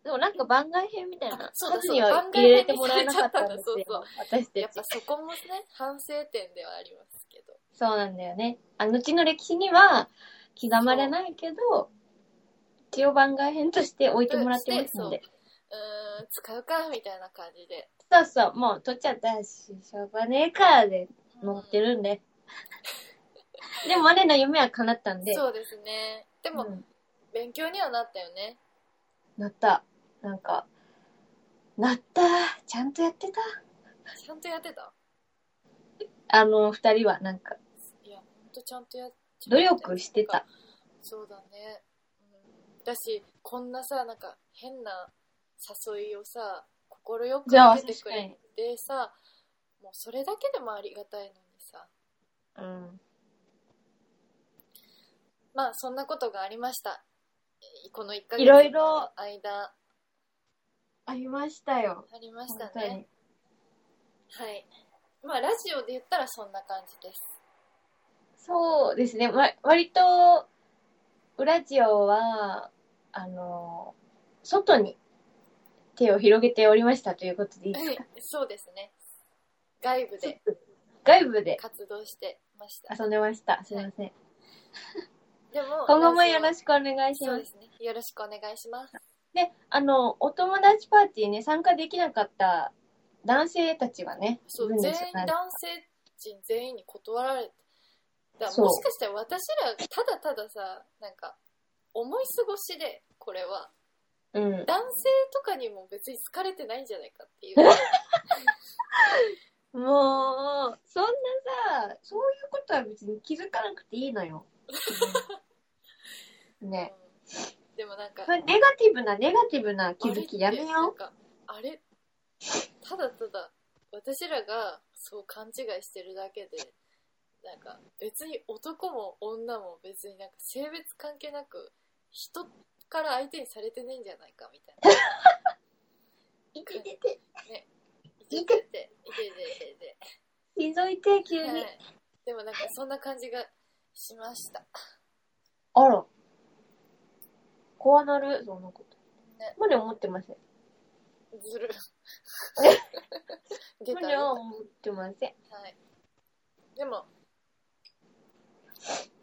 Speaker 2: でもなんか番外編みたい
Speaker 1: あ
Speaker 2: な
Speaker 1: そうだ
Speaker 2: 数には入れてもらえなかったんですよ。
Speaker 1: そう
Speaker 2: 私
Speaker 1: や
Speaker 2: た
Speaker 1: っ
Speaker 2: ち
Speaker 1: ぱ。そ こもね反省点ではありますけど
Speaker 2: そうなんだよね。あのちの歴史には刻まれないけど、一応番外編として置いてもらってますので。
Speaker 1: うーん使うかみたいな感じで
Speaker 2: そうそう、もう取っちゃったし、しょうがねえか、で、乗ってるん で。でも、あれの夢は叶ったんで。
Speaker 1: そうですねでも、
Speaker 2: うん
Speaker 1: 勉強にはなったよね
Speaker 2: なった。なんか、なった。ちゃんとやってた。
Speaker 1: ちゃんとやってた
Speaker 2: あの、二人は、なんか、
Speaker 1: いやほんとちゃんとやって
Speaker 2: 努力してた。
Speaker 1: そうだね、うん、だしこんなさなんか変な誘いをさ快く
Speaker 2: じゃあ
Speaker 1: 受けてくれてさもうそれだけでもありがたいのにさ
Speaker 2: うん。
Speaker 1: まあそんなことがありましたいこの1ヶ月
Speaker 2: いろいろ
Speaker 1: の間
Speaker 2: ありましたよ。
Speaker 1: ありました
Speaker 2: 本当
Speaker 1: ね
Speaker 2: に。
Speaker 1: はいまあラジオで言ったらそんな感じです
Speaker 2: そうですね。わ、割と、ウラジオは、あの、外に手を広げておりましたということでいいですか
Speaker 1: そうですね外部で
Speaker 2: 外部で
Speaker 1: 活動してました
Speaker 2: 遊んでました。すいません。
Speaker 1: でも
Speaker 2: 今後もよろ
Speaker 1: く
Speaker 2: しくお願いし
Speaker 1: そう
Speaker 2: ま。
Speaker 1: ですすねよろしくお願いします
Speaker 2: で、あの、お友達パーティーね、参加できなかった男性たちはね、
Speaker 1: そう
Speaker 2: いるん
Speaker 1: 全
Speaker 2: で
Speaker 1: 員
Speaker 2: すよ
Speaker 1: 男性陣全員に断られてだから
Speaker 2: そう
Speaker 1: もしかしたら私らただたださなんか思い過ごしでこれは
Speaker 2: うん。
Speaker 1: 男性とかにも別に好かれてないんじゃないかっていう
Speaker 2: もう、そんなさ、そういうことは別に気づかなくていいの よ。ね。
Speaker 1: うんでもなんか
Speaker 2: それネガティブな、ネガティブな気づきやめ
Speaker 1: あれってなん
Speaker 2: よ
Speaker 1: かあれただただ私らがそう勘違いしてるだけでなんか別に男も女も別になんか性別関係なく人から相手にされてないんじゃないかみたいな
Speaker 2: う。いててて、
Speaker 1: いてて、いてて、いてて。
Speaker 2: ひどいて、急
Speaker 1: は
Speaker 2: に。
Speaker 1: いでもなんかそんな感じがしました。
Speaker 2: あら。こうなる、そんなこと。
Speaker 1: ね、
Speaker 2: まで思ってません。
Speaker 1: ず る。下
Speaker 2: ま
Speaker 1: 駄
Speaker 2: では思ってません。
Speaker 1: はい。でも、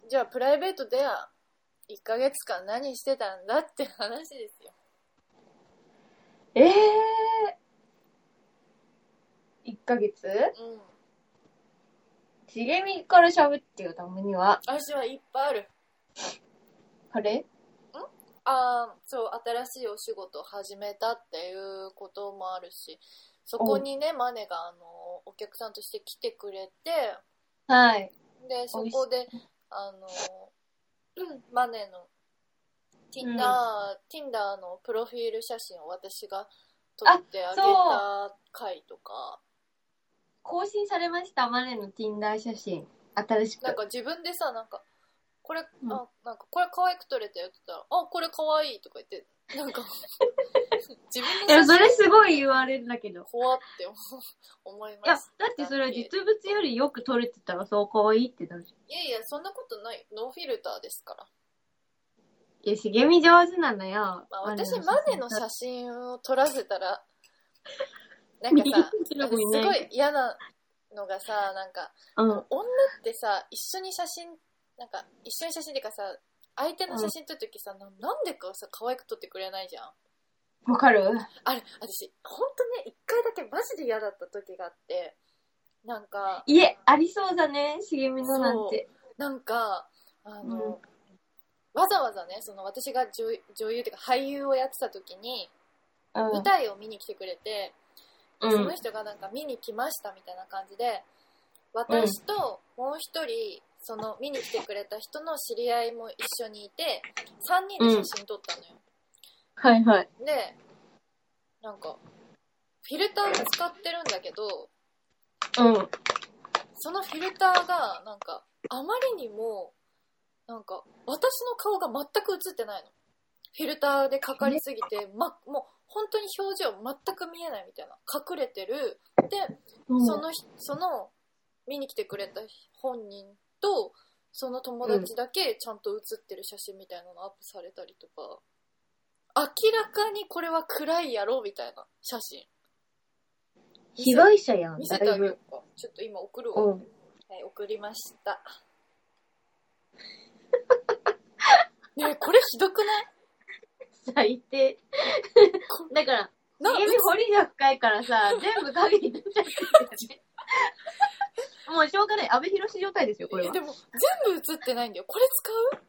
Speaker 1: じゃあプライベートでは1ヶ月間何してたんだって話ですよ。
Speaker 2: ええー。1ヶ月
Speaker 1: うん。
Speaker 2: 茂みから喋ってよ、たまには。
Speaker 1: 私はいっぱいある。
Speaker 2: あれ
Speaker 1: ああ、そう、新しいお仕事を始めたっていうこともあるし、そこにね、マネがあの、お客さんとして来てくれて、
Speaker 2: はい。
Speaker 1: で、そこで、あの、うんマネの Tinder、Tinder のプロフィール写真を私が撮ってあげた回とか、
Speaker 2: 更新されました、マネの Tinder 写真。新しく。
Speaker 1: なんか自分でさ、なんか、これ、
Speaker 2: うん
Speaker 1: あ、なんか、これ可愛く撮れたよって言ったら、あ、これ可愛いとか言って、なんか、自分
Speaker 2: い
Speaker 1: で
Speaker 2: や、それすごい言われるんだけど。
Speaker 1: 怖って思思い
Speaker 2: いや、
Speaker 1: ま
Speaker 2: だ
Speaker 1: す。
Speaker 2: ってそれは実物よりよく撮れてたらそう可愛いってなるじ
Speaker 1: いやいや、そんなことない。ノーフィルターですから。
Speaker 2: ゃん。いや、茂み上手なのよ。
Speaker 1: まあ、私、マネの写真を撮らせたら、なんか
Speaker 2: 右
Speaker 1: さ、
Speaker 2: 手
Speaker 1: な
Speaker 2: の
Speaker 1: んか
Speaker 2: 子い
Speaker 1: す
Speaker 2: ない
Speaker 1: ごい嫌なのがさ、なんか、
Speaker 2: 真。うん。
Speaker 1: 女ってさ、一緒に写真、なんか、一緒に写真っていうかさ、相手の写真撮るときさ、ななんでかさ、可愛く撮ってくれないじゃん。
Speaker 2: わかる
Speaker 1: あれ、私、ほんとね、一回だけマジで嫌だったときがあって、なんか、
Speaker 2: いえ、ありそうだね、茂みのなんて。
Speaker 1: なんか、あ
Speaker 2: う
Speaker 1: の、わざわざね、その私が女女優っていうか俳優をやってたときに、
Speaker 2: うん。
Speaker 1: 舞台を見に来てくれて、
Speaker 2: う
Speaker 1: そ
Speaker 2: ん
Speaker 1: の。人がなんか見に来ましたみたいな感じで私ともう一人その見に来てくれた人の知り合いも一緒にいて3人で写真撮ったのよ、
Speaker 2: はいはい。
Speaker 1: でなんかフィルターを使ってるんだけど
Speaker 2: うん。
Speaker 1: そのフィルターがなんかあまりにもなんか私の顔が全く映ってないのフィルターでかかりすぎて、ま、もう本当に表情全く見えないみたいな隠れてるでそのひその見に来てくれた本人とその友達だけちゃんと写ってる写真みたいなのアップされたりとか明らかにこれは暗いやろみたいな写真
Speaker 3: 被害者やん
Speaker 1: 見、せて
Speaker 3: だ
Speaker 1: あ
Speaker 3: い
Speaker 1: げよ
Speaker 3: ぶ。
Speaker 1: うかちょっと今送るわ、
Speaker 3: う
Speaker 1: は
Speaker 3: ん。
Speaker 1: い、送りました ねえこれひどくない
Speaker 2: 最 低。だから、
Speaker 1: な
Speaker 2: 悩み掘りが深いからさ、全部影に出ちゃってるよね。もうしょうがない。安倍博士状態ですよ、これ
Speaker 1: え
Speaker 2: は
Speaker 1: で。も全部写ってないんだよこれ使う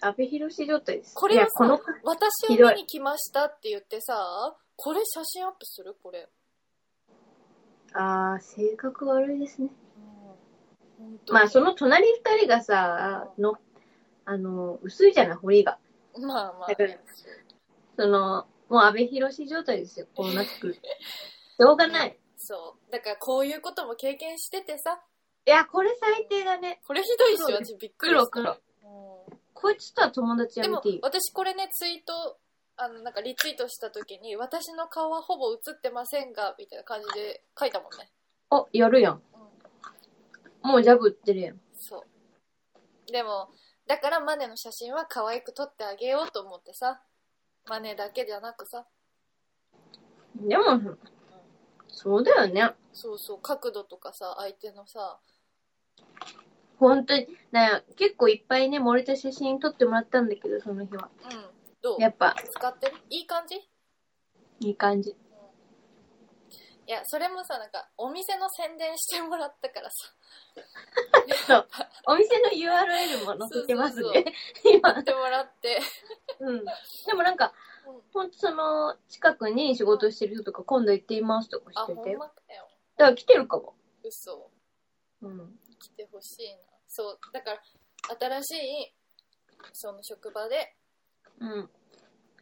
Speaker 2: 安倍博士状態です。
Speaker 1: これはさ
Speaker 2: いやこ
Speaker 1: 私
Speaker 2: ひど
Speaker 1: を
Speaker 2: い
Speaker 1: 見に来ましたって言ってさこれ写真アップするこれ
Speaker 2: の、あー、性格悪いです
Speaker 1: う
Speaker 2: ね。
Speaker 1: ん本当に
Speaker 2: まあ、その隣二人がさ、の、あの、薄いじゃない、掘りが。
Speaker 1: まあまあ
Speaker 2: だからその、もう安倍博士状態ですよ、こうなっ てくると。しょうがない。
Speaker 1: そうだからこういうことも経験しててさ
Speaker 2: いや、これ最低だね。
Speaker 1: これひどいっし
Speaker 2: そう
Speaker 1: ょ
Speaker 2: ね
Speaker 1: 私びっくり
Speaker 2: 黒
Speaker 1: した、
Speaker 2: 黒。
Speaker 1: うん
Speaker 2: こいつとは友達や
Speaker 1: で
Speaker 2: め
Speaker 1: も
Speaker 2: ていいよ。
Speaker 1: 私これねツイートあのなんかリツイートした時に私の顔はほぼ映ってませんがみたいな感じで書いたもんね
Speaker 2: あ、やるやん。もうジャブ売ってるやん。
Speaker 1: そうでもだからマネの写真は可愛く撮ってあげようと思ってさマネだけじゃなくさ
Speaker 2: でも、そうだよね。
Speaker 1: そうそう角度とかさ相手のさ
Speaker 2: 本当に。ね、結構いっぱいね、漏れた写真撮ってもらったんだけど、その日は。
Speaker 1: うんどう
Speaker 2: やっぱ、
Speaker 1: 使ってるいい感じ
Speaker 2: いい感じ。
Speaker 1: いや、それもさ、なんか、お店の宣伝してもらったからさ、
Speaker 2: そう。お店の URL も載せてま
Speaker 1: そ
Speaker 2: す
Speaker 1: うそ
Speaker 2: ね
Speaker 1: う。や
Speaker 2: 今
Speaker 1: っ。てもらって、
Speaker 2: うん。でもなんか、
Speaker 1: うん
Speaker 2: ほんとその、近くに仕事してる人とか、今度行っていますとか
Speaker 1: あ、
Speaker 2: して
Speaker 1: ほん
Speaker 2: て。だか
Speaker 1: まだよ。
Speaker 2: ら来てるかも。
Speaker 1: 嘘。
Speaker 2: うん。
Speaker 1: 来てほしいな。そう、だから、新しい、その職場で
Speaker 2: うん。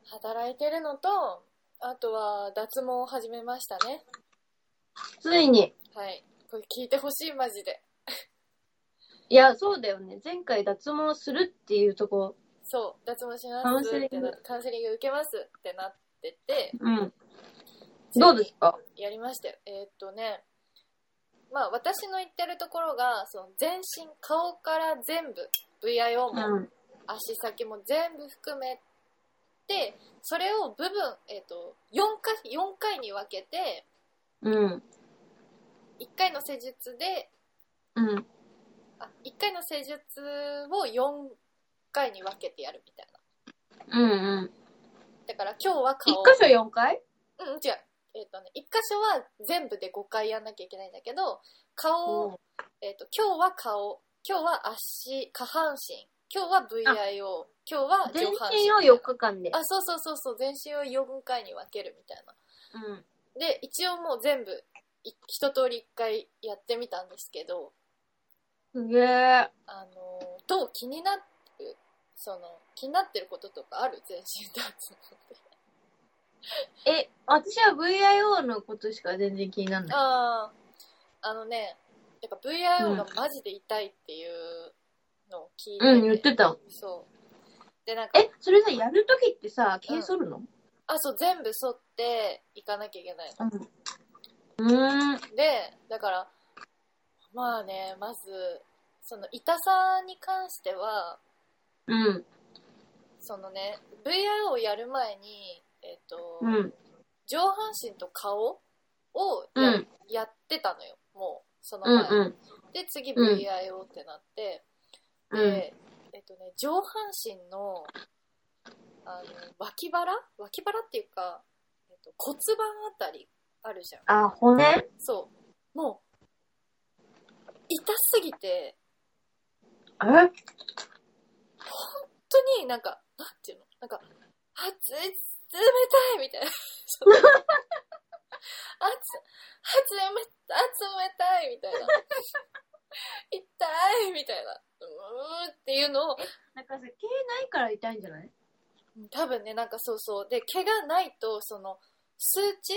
Speaker 1: 働いてるのと、あとは、脱毛を始めましたね。
Speaker 2: ついに。
Speaker 1: はい。これ聞いてほしい、マジで。
Speaker 2: いや、そうだよね。前回脱毛するっていうとこ。
Speaker 1: そう、脱毛し
Speaker 2: カウ
Speaker 1: ま
Speaker 2: ン
Speaker 1: す
Speaker 2: セリ
Speaker 1: っ
Speaker 2: ング
Speaker 1: てなカウンセリング受けますってなってて、
Speaker 2: うん。どうですか
Speaker 1: やりましたよえーっとねまあ私の言ってるところがその全身顔から全部 VIO も、
Speaker 2: うん。
Speaker 1: 足先も全部含めてそれを部分、えーっと 4, 回4回に分けて
Speaker 2: うん。
Speaker 1: 1回の施術で
Speaker 2: うん。
Speaker 1: あ1回の施術を4回に分けてやるみたいな
Speaker 2: うんうん。
Speaker 1: だから今日は
Speaker 2: 一
Speaker 1: 顔
Speaker 2: 箇所四回
Speaker 1: うん違うえーっ、とね1箇所は全部で5回やんなきゃいけないんだけど顔をえっと今日は顔今日は足下半身今日は VIO 今日は上
Speaker 2: 全
Speaker 1: 半
Speaker 2: 身
Speaker 1: 身
Speaker 2: を四日間で。
Speaker 1: あそうそうそうそう全身を4回に分けるみたいな
Speaker 2: うん。
Speaker 1: で一応もう全部い一通り1回やってみたんですけど
Speaker 2: すげえ。
Speaker 1: あのーどう気になるその気になってることとかある全身脱毛 で
Speaker 2: え、私は VIO のことしか全然気にならない。
Speaker 1: あああのねやっぱ VIO がマジで痛いっていうのを聞いてて、
Speaker 2: うん、言ってた。
Speaker 1: そうでなんか
Speaker 2: え、それさ、やるときってさ、毛剃るの
Speaker 1: あ、そう、全部剃っていかなきゃいけないの。
Speaker 2: うん。うーん。
Speaker 1: で、だから、まあね、まず、その痛さに関しては、
Speaker 2: うん。
Speaker 1: そのね、VIO をやる前に、えっ、と、
Speaker 2: うん。
Speaker 1: 上半身と顔をや,、
Speaker 2: うん
Speaker 1: やってたのよ、もう、その
Speaker 2: うん。
Speaker 1: 前。
Speaker 2: うん。
Speaker 1: で、次
Speaker 2: うん
Speaker 1: VIO ってなって、
Speaker 2: うん。
Speaker 1: で、えっ、とね、上半身の、あの、脇腹脇腹っていうか、えっと骨盤あたりあるじゃん。
Speaker 2: あ、骨
Speaker 1: そう。もう、痛すぎて、
Speaker 2: え
Speaker 1: 本当になんか、なんていうのなんか、熱い、冷たいみたいな。熱め、熱めたいみたいな。痛いみたいな。うーっていうのを、
Speaker 2: なんかさ、毛ないから痛いんじゃない
Speaker 1: 多分ね、なんかそうそう。で、毛がないと、その、数値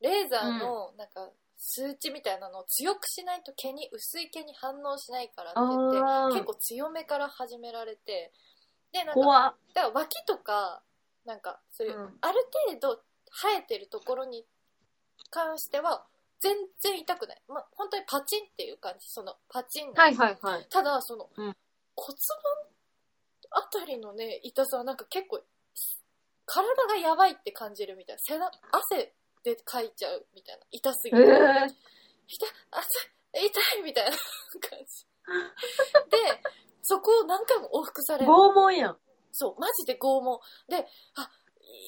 Speaker 1: レーザーの、なんか、数値みたいなのを強くしないと毛に、薄い毛に反応しないからって言って、
Speaker 2: あ
Speaker 1: 結構強めから始められて、で、なんか、
Speaker 2: 怖っ。
Speaker 1: だから脇とか、なんか、そういう、
Speaker 2: うん
Speaker 1: ある程度生えてるところに関しては、全然痛くない。まあ、本当にパチンっていう感じ、その、パチンの
Speaker 2: はいはいはい。
Speaker 1: ただ、その、
Speaker 2: うん
Speaker 1: 骨盤あたりのね、痛さはなんか結構、体がやばいって感じるみたいな。背中、汗でかいちゃうみたいな。痛すぎ
Speaker 2: え
Speaker 1: て。
Speaker 2: ー、
Speaker 1: 痛い、汗、痛いみたいな感じ。で、そこを何回も往復される。
Speaker 2: 拷問やん。
Speaker 1: そう、マジで拷問。で、あ、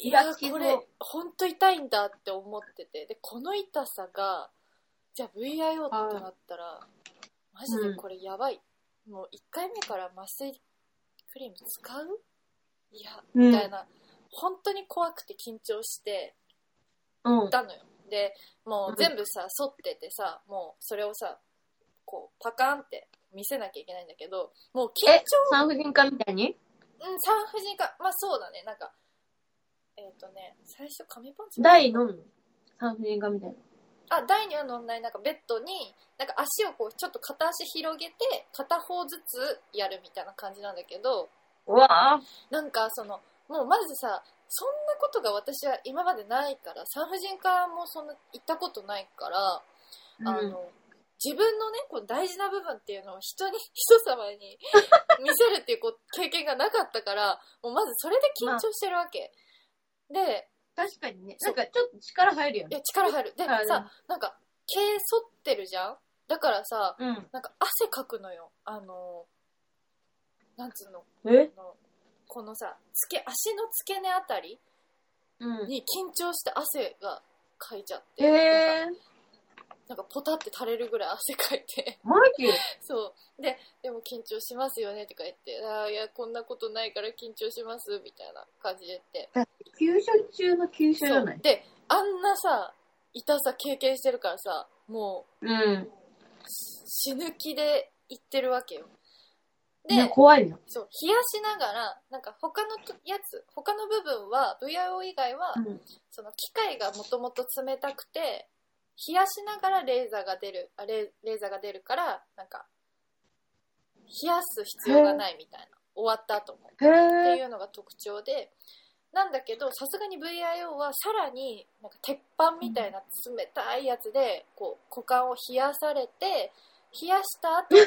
Speaker 1: い
Speaker 2: イ
Speaker 1: や、
Speaker 2: ラつきそう
Speaker 1: これ、ほんと痛いんだって思ってて。で、この痛さが、じゃあ VIO ってなったら、マジでこれやばい。もう1回目から麻酔クリーム使ういや、
Speaker 2: うん
Speaker 1: みたいな。本当に怖くて緊張して、
Speaker 2: う
Speaker 1: 行っ
Speaker 2: ん。
Speaker 1: たのよ。で、も
Speaker 2: う
Speaker 1: うん全部さ、反っててさ、もうそれをさ、こう、パカンって見せなきゃいけないんだけど、もう緊張
Speaker 2: え、産婦人科みたいに
Speaker 1: うん、産婦人科、まあそうだね、なんか、えっ、とね、最初紙パンツ
Speaker 2: 大飲むの産婦人科みたいな。
Speaker 1: あ、第2話のない、なんかベッドに、なんか足をこう、ちょっと片足広げて、片方ずつやるみたいな感じなんだけど、
Speaker 2: うわぁ。
Speaker 1: なんかその、もうまずさ、そんなことが私は今までないから、産婦人科もそんな行ったことないから、あの、自分のね、こう大事な部分っていうのを人に、 人様に見せるっていうこう経験がなかったから、もうまずそれで緊張してるわけ。で、
Speaker 2: 確かにね。
Speaker 1: な
Speaker 2: なんんかちょっと力入るよ
Speaker 1: い
Speaker 2: ね。
Speaker 1: や、力入る。で、
Speaker 2: はい
Speaker 1: さ、なんか、毛剃ってるじゃんだからさ、
Speaker 2: うん。
Speaker 1: なんか汗かくのよ。あの、なんつうの、
Speaker 2: え
Speaker 1: あのこのさ、付け、足の付け根あたり
Speaker 2: うん。
Speaker 1: に緊張して汗がかいちゃって、
Speaker 2: えー、
Speaker 1: なんかポタって垂れるぐらい汗かいて。
Speaker 2: マジ
Speaker 1: そう。で、でも緊張しますよねとか言って、あーいや、こんなことないから緊張します、みたいな感じで言って。
Speaker 2: 給食中の給食じゃな
Speaker 1: そ
Speaker 2: いう
Speaker 1: で、あんなさ、痛さ経験してるからさ、も
Speaker 2: うん。
Speaker 1: う、死ぬ気で行ってるわけよ。で、
Speaker 2: ね、怖いの。
Speaker 1: そう、冷やしながら、なんか他のとやつ、他の部分は、VIO 以外は、
Speaker 2: うん。
Speaker 1: その機械がもともと冷たくて、冷やしながらレーザーが出る、あレレーザーが出るから、なんか、冷やす必要がないみたいな。終わった後も。
Speaker 2: へ
Speaker 1: って
Speaker 2: ぇ
Speaker 1: いうのが特徴で、なんだけど、さすがに VIO はさらに、なんか鉄板みたいな冷たいやつで、こう、股間を冷やされて、冷やした後に、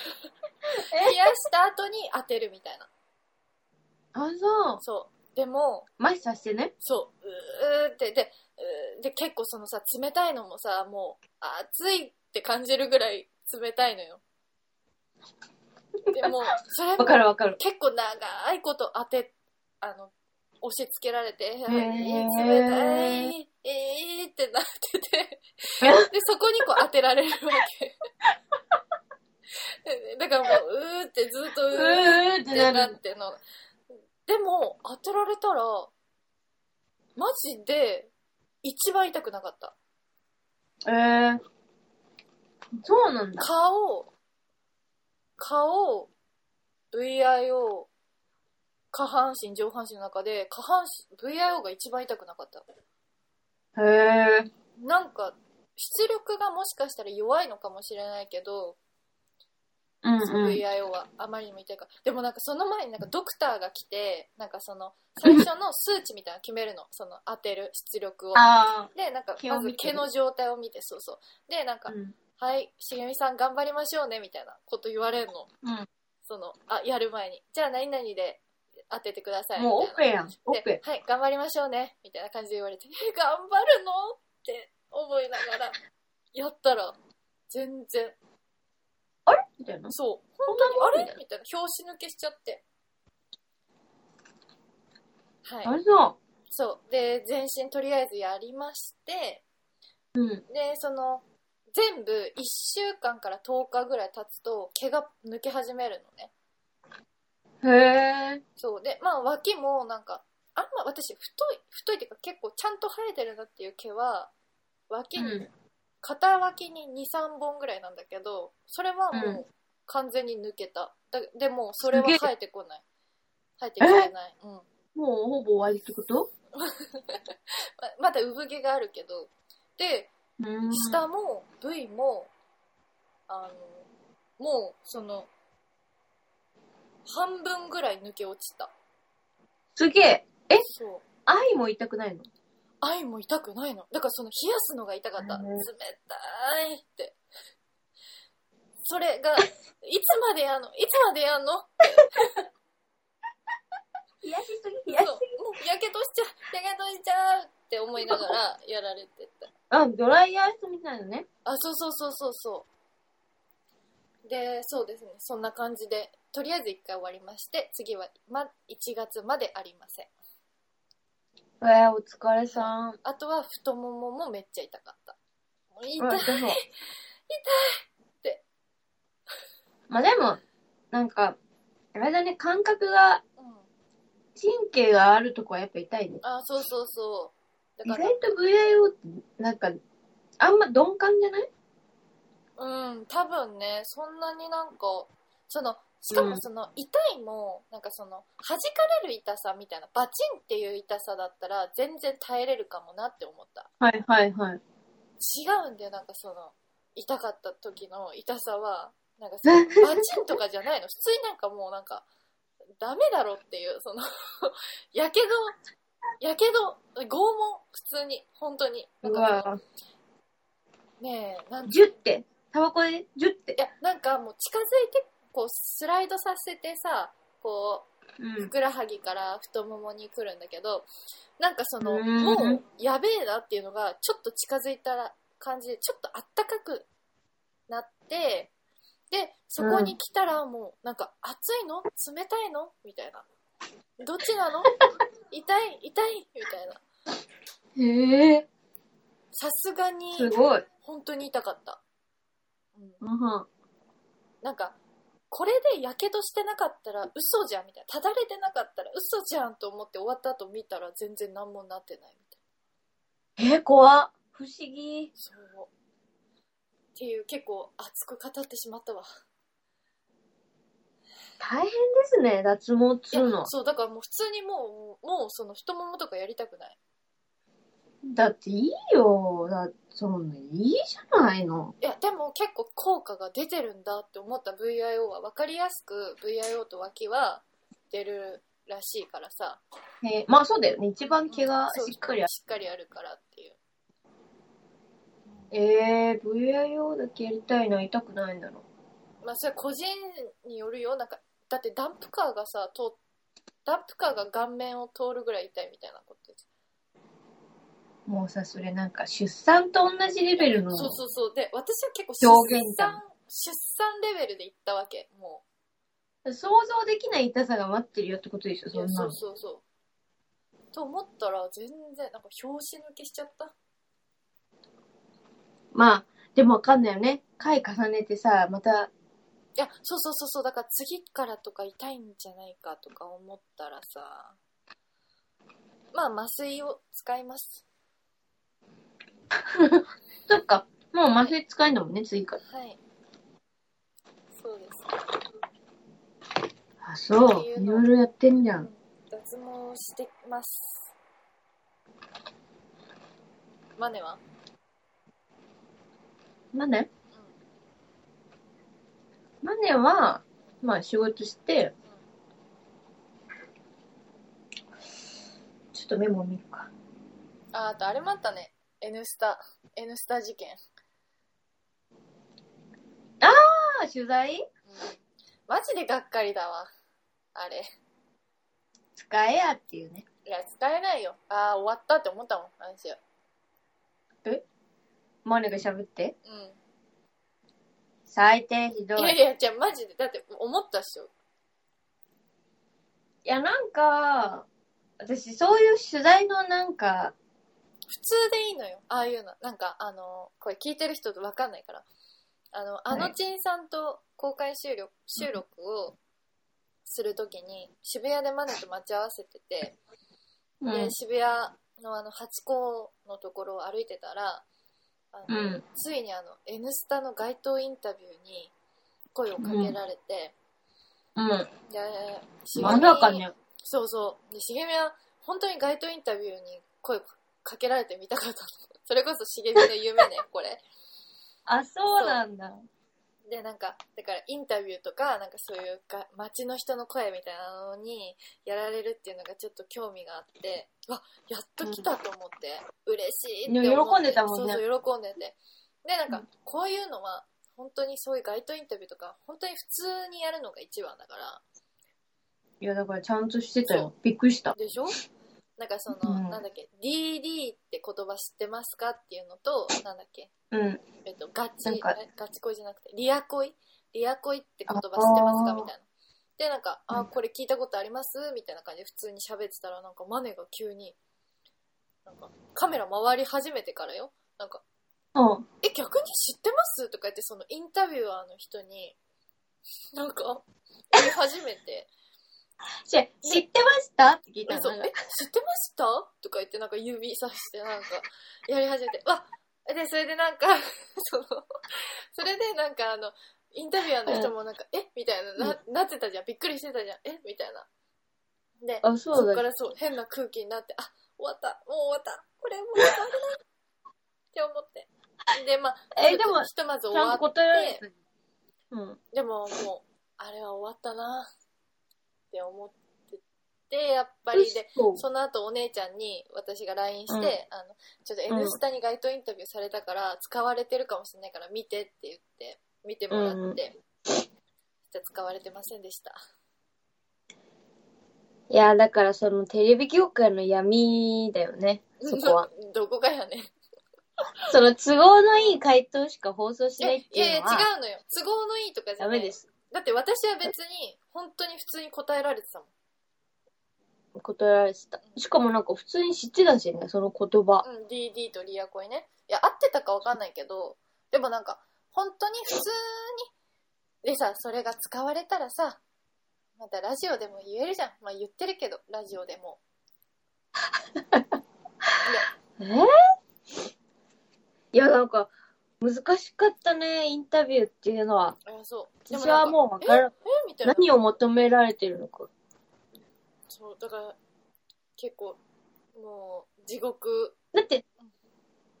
Speaker 1: 冷やした後に当てるみたいな。
Speaker 2: あ、そう。
Speaker 1: そう。でも、
Speaker 2: 麻痺させてね。
Speaker 1: そう、うーって、で、うーで、結構そのさ、冷たいのもさ、もう、あ暑いって感じるぐらい冷たいのよ。で も、それ
Speaker 2: わ
Speaker 1: も
Speaker 2: かるわかる。
Speaker 1: 結構長いこと当て、あの、押し付けられて、えー、
Speaker 2: ー
Speaker 1: 冷たい、えーってなってて、で、そこにこう当てられるわ け。だからもう、うーってずっと、
Speaker 2: う
Speaker 1: うー
Speaker 2: ーっ
Speaker 1: ってて
Speaker 2: な
Speaker 1: なっ
Speaker 2: る。
Speaker 1: ての。でも、当てられたら、マジで、一番痛くなかった。
Speaker 2: えー。そうなんだ。
Speaker 1: 顔、顔、VIO、下半身、上半身の中で、下半身、VIO が一番痛くなかった。
Speaker 2: へぇー。
Speaker 1: なんか、出力がもしかしたら弱いのかもしれないけど、
Speaker 2: うん
Speaker 1: その
Speaker 2: うん。
Speaker 1: VIO はあまりにも痛いから。でもなんかその前になんかドクターが来て、なんかその、最初の数値みたいなの決めるの。その当てる出力を。
Speaker 2: あ
Speaker 1: で、なんか、
Speaker 2: 毛を
Speaker 1: まず
Speaker 2: 見て
Speaker 1: 毛
Speaker 2: る
Speaker 1: の状態を見て、そうそう。で、なんか、
Speaker 2: ー。うん。
Speaker 1: はい、しげみさん頑張りましょうね、みたいなこと言われるの。
Speaker 2: うん
Speaker 1: その、あ、やる前に。じゃあ何々で当ててください。
Speaker 2: もうオ
Speaker 1: み
Speaker 2: ペ
Speaker 1: たいな
Speaker 2: やん。オ
Speaker 1: で
Speaker 2: ペ。
Speaker 1: はい、頑張りましょうね、みたいな感じで言われて、え、頑張るのって思いながら、 やったら、全然、
Speaker 2: みたいな。
Speaker 1: そう、
Speaker 2: 本
Speaker 1: あれ
Speaker 2: に
Speaker 1: みたいな、拍子抜けしちゃって。はい。
Speaker 2: あれそ
Speaker 1: そう。で、全身とりあえずやりまして、
Speaker 2: う。うん。
Speaker 1: で、その、全部1週間から10日ぐらい経つと、毛が抜け始めるのね。
Speaker 2: へぇー。
Speaker 1: そう。で、まあ、脇もなんか、ああんま私太い太いっていうか結構ちゃんと生えてるなっていう毛は脇に、
Speaker 3: うん
Speaker 1: 片脇に23本ぐらいなんだけどそれはもう完全に抜けた、だでもそれは
Speaker 2: すげえ
Speaker 1: 生えてこない生えてきてない、うん、ま
Speaker 2: もうほぼ終わりってこと
Speaker 1: まだ産毛があるけどで
Speaker 2: うん
Speaker 1: 下も部位もあのもうその半分ぐらい抜け落ちた
Speaker 2: すげえ。え
Speaker 1: そう
Speaker 2: 愛も痛くないの
Speaker 1: 愛も痛くないのだからその冷やすのが痛かった、
Speaker 2: うん
Speaker 1: 冷たいってそれが いつまでやんのいつまでやんの
Speaker 2: 冷やしすぎ、冷
Speaker 1: そうもうやけどしちゃうやけどしちゃうって思いながらやられてた
Speaker 2: あ、ドライヤー室みたいなね。
Speaker 1: あそうそうそうそうそうでそうですねそんな感じでとりあえず1回終わりまして次は、ま、1月までありません
Speaker 2: えー、お疲れさん。
Speaker 1: あとは太もももめっちゃ痛かったもう痛い。
Speaker 2: うんでも。痛いってまあでも、なんか、あれだね、感覚が、
Speaker 1: うん
Speaker 2: 神経があるとこはやっぱ痛いね。
Speaker 1: あそうそうそう
Speaker 2: 意
Speaker 1: だ
Speaker 2: 外
Speaker 1: から
Speaker 2: と VIO って、なんか、あんま鈍感じゃない
Speaker 1: うん、多分ね、そんなになんか、その、しか
Speaker 2: う
Speaker 1: も
Speaker 2: ん
Speaker 1: その、痛いも、なんかその、弾かれる痛さみたいな、バチンっていう痛さだったら、全然耐えれるかもなって思った。
Speaker 2: はいはいはい。
Speaker 1: 違うんだよ、なんかその、痛かった時の痛さは、なんかそ の、バチンとかじゃないの。普通になんかもうなんか、ダメだろっていう、その、 やけど、やけど、拷問、普通に、本当に。な
Speaker 2: うん
Speaker 1: か
Speaker 2: わ
Speaker 1: ねえ、なんて
Speaker 2: ジュって、タバコでジュって
Speaker 1: い。やなんかもう近づいてこうスライドさせてさこ
Speaker 2: う
Speaker 1: うんふ。くらはぎから太ももに来るんだけどなんかその
Speaker 2: うん
Speaker 1: もうやべえなっていうのがちょっと近づいたら感じでちょっとあったかくなってでそこに来たらもうなんか熱いの冷たいのみたいなどっちな の痛い痛いみたいな
Speaker 2: へえ、
Speaker 1: さすがに
Speaker 2: すごい。
Speaker 1: 本当に痛かった、うん
Speaker 2: うんは
Speaker 1: なんか、これでやけどしてなかったら嘘じゃんみたいな。ただれてなかったら嘘じゃんと思って終わった後見たら全然何もなってないみたいな。
Speaker 2: ん。えー、怖っ不思議。
Speaker 1: そう。っていう結構熱く語ってしま ったわ。
Speaker 2: 大変ですね、脱毛っつう
Speaker 1: いや
Speaker 2: の。
Speaker 1: そう、だからもう普通にもう、もうその太ももとかやりたくない。
Speaker 2: だっていいよ。だって、そんな、いいじゃないの。
Speaker 1: いや、でも結構効果が出てるんだって思った VIO は分かりやすく VIO と脇は出るらしいからさ。
Speaker 2: へえ、まあそうだよね。一番毛が
Speaker 1: そう
Speaker 2: しっかりある。
Speaker 1: しっかりあるからっていう。
Speaker 2: えー、VIO だけやりたいな、痛くないんだろ
Speaker 1: まあそれは個人によるよなんかだってダンプカーがさ通ダンプカーが顔面を通るぐらい痛いみたいなこと
Speaker 2: う。もうさ、それなんか、出産と同じレベルの。
Speaker 1: そうそうそうで私は結構
Speaker 2: 表
Speaker 1: 出
Speaker 2: 現じゃん
Speaker 1: 産出産レベルで行ったわけも
Speaker 2: 想像できない痛さが待ってるよってことでしょ、
Speaker 1: うい
Speaker 2: そ
Speaker 1: や
Speaker 2: んな
Speaker 1: そ
Speaker 2: の
Speaker 1: う。そうそうと思ったら全然なんか拍子抜けしちゃった
Speaker 2: まあ、でもわかんないよね。回重ねてさ、また、
Speaker 1: いやそうそうそうそうだから次からとか痛いんじゃないかとか思ったらさまあ麻酔を使います
Speaker 2: そっか、もう麻酔使えんだもんね、次から。
Speaker 1: はいそうです
Speaker 2: あ、そ。
Speaker 1: っていうう
Speaker 2: い
Speaker 1: の
Speaker 2: ろいろやってんじゃ
Speaker 1: うん
Speaker 2: ん。
Speaker 1: 脱毛してますマネは
Speaker 2: マネマネは、まあ仕事して、ちょっとメモ見るか。
Speaker 1: ああとあれもあったね「N スタ」「N スタ」事件、
Speaker 2: あ、取材
Speaker 1: うん、マジでがっかりだわあれ
Speaker 2: 使えやっていうね。
Speaker 1: いや使えないよああ終わったって思ったもん話は
Speaker 2: マネが喋って。
Speaker 1: うん
Speaker 2: 最低ひど
Speaker 1: いや
Speaker 2: い。
Speaker 1: いやじゃあマジでだって思ったっしょ
Speaker 2: いや、なんか、私、そういう取材のなんか、
Speaker 1: 普通でいいのよああいうのなんかあのこれ聞いてる人わかんないからあのあのちんさんと公開収録収録をするときに渋谷でマネと待ち合わせてて
Speaker 2: うん
Speaker 1: で渋谷のあのハチ公のところを歩いてたらあの、
Speaker 2: うん
Speaker 1: ついにあの「N スタ」の街頭インタビューに声をかけられて、
Speaker 2: うん。
Speaker 1: で茂
Speaker 2: まだかね。
Speaker 1: そうそうで茂みは本当に街頭インタビューに声かけられてみたかったの それこそ茂みの夢ねこれ
Speaker 2: あ、そうなんだ。
Speaker 1: でなんかだからインタビューとかなんかそういうが街の人の声みたいなのにやられるっていうのがちょっと興味があってわやっと来たと思って、嬉しいって
Speaker 2: でも
Speaker 1: 思って
Speaker 2: 喜んでたもんね
Speaker 1: そうそう喜んでてでなん
Speaker 2: う
Speaker 1: かこういうのは本当にそういう街頭インタビューとか本当に普通にやるのが一番だから
Speaker 2: いや、だからちゃんとしてたよ。びっくりした。
Speaker 1: でしょなんかその、
Speaker 2: うん
Speaker 1: なんだっけ DD って言葉知ってますかっていうのとなんだっけ
Speaker 2: うん。
Speaker 1: えっと、ガチ、
Speaker 2: なんか
Speaker 1: えガチ恋じゃなくて、リア恋リア恋って言葉知ってますか
Speaker 2: あー
Speaker 1: みたいな。で、なんか、
Speaker 2: う
Speaker 1: あ、
Speaker 2: ん
Speaker 1: これ聞いたことありますみたいな感じで普通に喋ってたら、なんかマネが急に、なんかカメラ回り始めてからよ。なんか、
Speaker 2: うん。
Speaker 1: え、逆に知ってますとか言って、そのインタビュアーの人に、なんか、言い始めて、
Speaker 2: じゃ知ってましたって聞いた
Speaker 1: え、そう、え、
Speaker 2: の。
Speaker 1: 知ってましたとか言って、なんか指さして、なんか、やり始めて、わで、それでなんか、 その、それでなんかあの、インタビュアーの人もなんか、えみたいな、な、なってたじゃん。びっくりしてたじゃん。えみたいな。で、
Speaker 2: あ、そ
Speaker 1: そうこ
Speaker 2: だ
Speaker 1: か
Speaker 2: よ。
Speaker 1: らそう、変な空気になって、あ、終わった、もう終わった、これもう終わったって思って。で、まあ、
Speaker 2: えでも
Speaker 1: ひとまず
Speaker 2: ち
Speaker 1: 終
Speaker 2: ゃん
Speaker 1: わ
Speaker 2: と
Speaker 1: っ
Speaker 2: 答えられた。うん。
Speaker 1: でももう、あれは終わったなって思ってて、やっぱりで、
Speaker 2: そう。
Speaker 1: その後お姉ちゃんに私が LINE して、
Speaker 2: うん
Speaker 1: あのちょっと「N スタ」に街頭インタビューされたから使われてるかもしれないから見てって言って見てもら
Speaker 2: うん
Speaker 1: って、じゃ使われてませんでした
Speaker 2: いや、だからそのテレビ業界の闇だよね。そこは。
Speaker 1: どこかやねん
Speaker 2: その都合のいい回答しか放送しないっ
Speaker 1: い
Speaker 2: てい
Speaker 1: やいうや違
Speaker 2: のは、
Speaker 1: うのよ都合のいいとかじゃ
Speaker 2: ダ
Speaker 1: な
Speaker 2: メ
Speaker 1: い
Speaker 2: です。
Speaker 1: だって私は別に本当に普通に答えられてたもん
Speaker 2: 答えられてた。しかもなんか普通に知ってたしね、その言葉。
Speaker 1: うん、DD とリアコイね。いや、合ってたかわかんないけど、でもなんか、本当に普通に、でさ、それが使われたらさ、またラジオでも言えるじゃん。まあ言ってるけど、ラジオでも。
Speaker 2: えーいや、なんか、難しかったね、インタビューっていうのは。
Speaker 1: あそう。で
Speaker 2: 私は
Speaker 1: う、
Speaker 2: もう分から
Speaker 1: えみたいな。
Speaker 2: 何を求められてるのか。
Speaker 1: そう、だから、結構、もう、地獄。
Speaker 2: だって、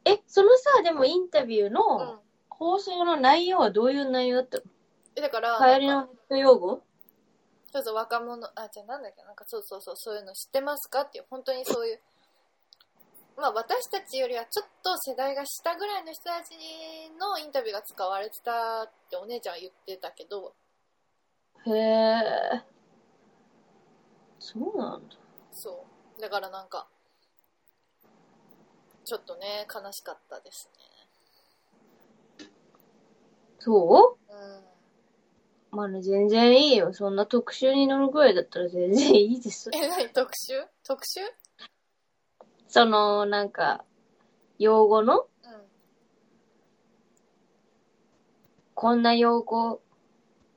Speaker 2: え、そのさ、でもインタビュー
Speaker 1: う
Speaker 2: の
Speaker 1: ん。
Speaker 2: 放送の内容はどういう内容だったの
Speaker 1: えだから、
Speaker 2: 流行り
Speaker 1: なん
Speaker 2: の
Speaker 1: か
Speaker 2: 人用語
Speaker 1: そうそう、若者、あ、じゃあなんだっけ、なんかそうそうそう、そういうの知ってますかっていう、本当にそういう、まあ私たちよりはちょっと世代が下ぐらいの人たちのインタビューが使われてたってお姉ちゃんは言ってたけど、
Speaker 2: へえ。そうなんだ。
Speaker 1: そう。だからなんか、ちょっとね、悲しかったです
Speaker 2: そ
Speaker 1: ね。うん。
Speaker 2: うまあね、全然いいよ。そんな特集に乗るぐらいだったら全然いいです。
Speaker 1: え、何特集特集
Speaker 2: その、なんか、用語の
Speaker 1: うん。
Speaker 2: こんな用語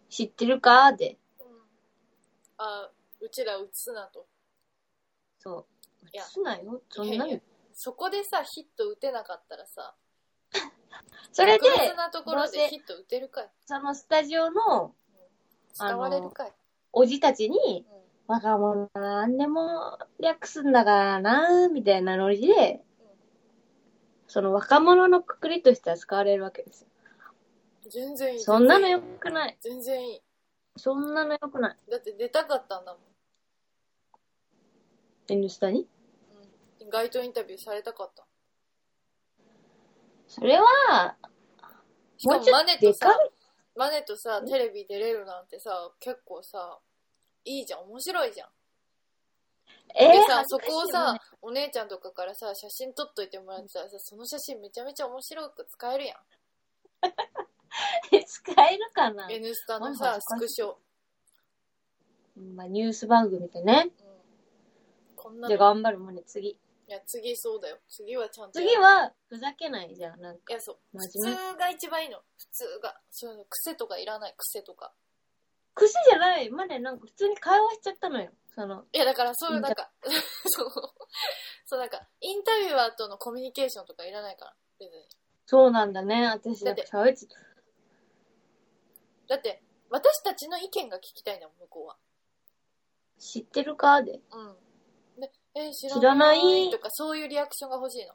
Speaker 2: 知ってるかで。
Speaker 1: うん。あ、うちら映すなと。
Speaker 2: そう。
Speaker 1: いや
Speaker 2: 映すなよ。そんない
Speaker 1: やい
Speaker 2: の
Speaker 1: や。そこでさ、ヒット打てなかったらさ、
Speaker 2: それで、
Speaker 1: 特別なところ
Speaker 2: どう
Speaker 1: で
Speaker 2: せ
Speaker 1: ヒット打てるかい
Speaker 2: そのスタジオの
Speaker 1: 使われるかい
Speaker 2: おじたちに、
Speaker 1: うん
Speaker 2: 若者なんでも略すんだからな、みたいなノリで、その若者のくくりとして扱われるわけですよ。
Speaker 1: 全然いい。
Speaker 2: そんなの良くない。
Speaker 1: 全然いい。
Speaker 2: そんなの良くない。
Speaker 1: だって出たかったんだもん。
Speaker 2: N スタに。
Speaker 1: うん、街頭インタビューされたかった。
Speaker 2: それは、
Speaker 1: し
Speaker 2: も
Speaker 1: か
Speaker 2: う
Speaker 1: も
Speaker 2: ちょ
Speaker 1: マ
Speaker 2: っ
Speaker 1: ネ
Speaker 2: と
Speaker 1: と
Speaker 2: でか
Speaker 1: さ
Speaker 2: い、。
Speaker 1: マネとさ、テレビ出れるなんてさ、結構さ、いいじゃん、面白いじゃん。
Speaker 2: え
Speaker 1: でさ、
Speaker 2: 恥ず
Speaker 1: そ
Speaker 2: かしい
Speaker 1: こを
Speaker 2: よ
Speaker 1: さ
Speaker 2: ね、
Speaker 1: お姉ちゃんとかからさ、写真撮っといてもらってさ、その写真めちゃめちゃ面白く使えるやん。
Speaker 2: 使えるかな
Speaker 1: N スタの
Speaker 2: マ
Speaker 1: さ
Speaker 2: ジ、
Speaker 1: スク
Speaker 2: 恥ずかしい
Speaker 1: ショ。
Speaker 2: まあ、ニュース番組でね。
Speaker 1: うん、こんな
Speaker 2: じゃあ
Speaker 1: の。
Speaker 2: 頑張るもんね、次。
Speaker 1: いや、次そうだよ。次はちゃんとやる。
Speaker 2: 次は、ふざけないじゃん。なんか、
Speaker 1: いや、そう。普
Speaker 2: 真面目。
Speaker 1: 通が一番いいの。普通が。そういうの、癖とかいらない、癖とか。
Speaker 2: 癖じゃない。までなんか普通に会話しちゃったのよ。その、
Speaker 1: いや、だからそうい
Speaker 2: イ
Speaker 1: う
Speaker 2: ンタ
Speaker 1: なんか、 そう、そうなんか、インタビュアーとのコミュニケーションとかいらないから、別に。
Speaker 2: そうなんだね。私、
Speaker 1: だ
Speaker 2: だ
Speaker 1: っ
Speaker 2: ってて沢内、
Speaker 1: だって、私たちの意見が聞きたいんだもん、向こ
Speaker 2: 知ってるかで。
Speaker 1: うは。うん。で、えー知
Speaker 2: 知らない
Speaker 1: とか、そういうリアクションが欲しいの。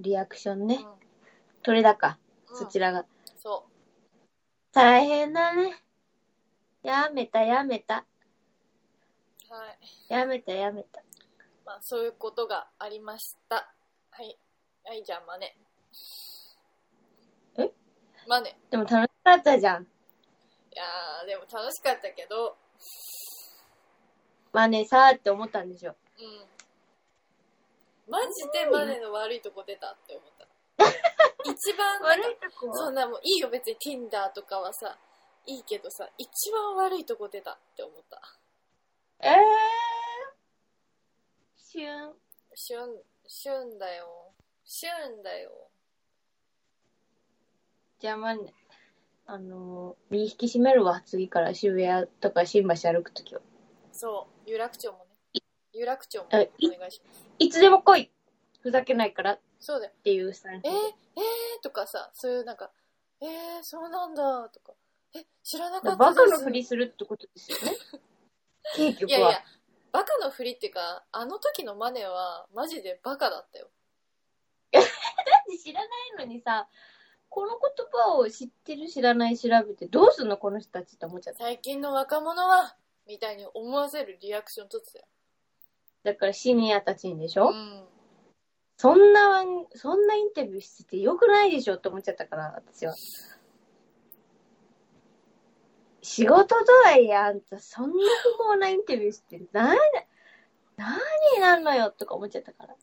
Speaker 2: リアクション
Speaker 1: う
Speaker 2: ね。
Speaker 1: ん。
Speaker 2: 取れ高。
Speaker 1: うん
Speaker 2: そちらが。
Speaker 1: そ
Speaker 2: 大変だね。やめた、やめた。
Speaker 1: う。はい。
Speaker 2: やめた、やめた。
Speaker 1: まあ、そういうことがありました。はい。はい、じゃあ、マネ。
Speaker 2: え
Speaker 1: マネ。
Speaker 2: でも楽しかったじゃん。
Speaker 1: いやー、でも楽しかったけど、
Speaker 2: まあね、さーって思ったんでしょ。
Speaker 1: うん。マジでマネの悪いとこ出たって思 った。一番なんか、
Speaker 2: と
Speaker 1: そんなもういいよ別に Tinder とかはさ、いいけどさ、一番悪いとこ出たって思った。
Speaker 2: えー。旬。
Speaker 1: 旬、旬だよ。旬だよ。
Speaker 2: じゃあまあね。あのー、身引き締めるわ。次から渋谷とか新橋歩くときは。
Speaker 1: そう、有楽町もね。有楽町も
Speaker 2: え
Speaker 1: お願いします。
Speaker 2: いつでも来いふざけないからっ
Speaker 1: そうだよ。
Speaker 2: ていうスタイル
Speaker 1: えー、えーとかさ、そういうなんか、えー、そうなんだとか、え、知らなか
Speaker 2: バ
Speaker 1: った
Speaker 2: カ
Speaker 1: です。
Speaker 2: のふりするってことですよね。結
Speaker 1: い
Speaker 2: 局
Speaker 1: やいや
Speaker 2: は。、
Speaker 1: バカのふりっていうか、あの時のマネは、マジでバカだったよ。
Speaker 2: だって知らないのにさ、この言葉を知ってる知らない調べてどうすんのこの人たちって思っちゃった。
Speaker 1: 最近の若者は、みたいに思わせるリアクション取ってたよ。
Speaker 2: だからシニアたちにでしょ、
Speaker 1: ん。
Speaker 2: そんなわん、そんなインタビューしててよくないでしょって思っちゃったから、私は。仕事とはいえ、あんたそんな不毛なインタビューして、な、なになんのよとか思っちゃったから。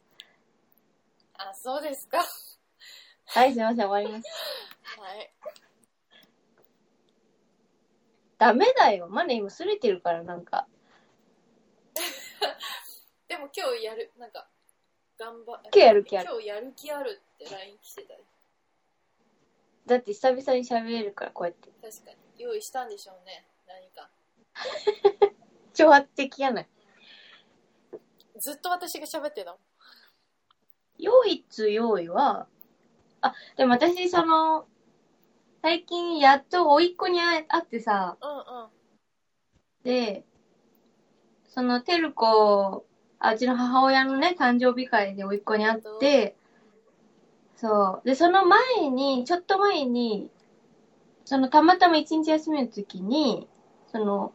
Speaker 1: あ、そうですか。は
Speaker 2: はい、すいません、終わります。
Speaker 1: い。
Speaker 2: ダメだよ。マネ今すれてるから、なんか。
Speaker 1: でも今日やる、なんか、頑張
Speaker 2: 今日やる気ある
Speaker 1: 今日やる気あるって LINE 来てたよ。
Speaker 2: だって久々に喋れるから、こうやって。
Speaker 1: 確かに。用意したんでしょうね。何か。
Speaker 2: 挑発的やない。
Speaker 1: ずっと私が喋ってたもん。
Speaker 2: 唯一用意は、あ、でも私、その、最近やっと甥っ子に会え会ってさ、
Speaker 1: うんうん。
Speaker 2: で、その、てる子、あうちの母親のね、誕生日会で甥っ子に会って、そう。で、その前に、ちょっと前に、その、たまたま一日休みの時に、その、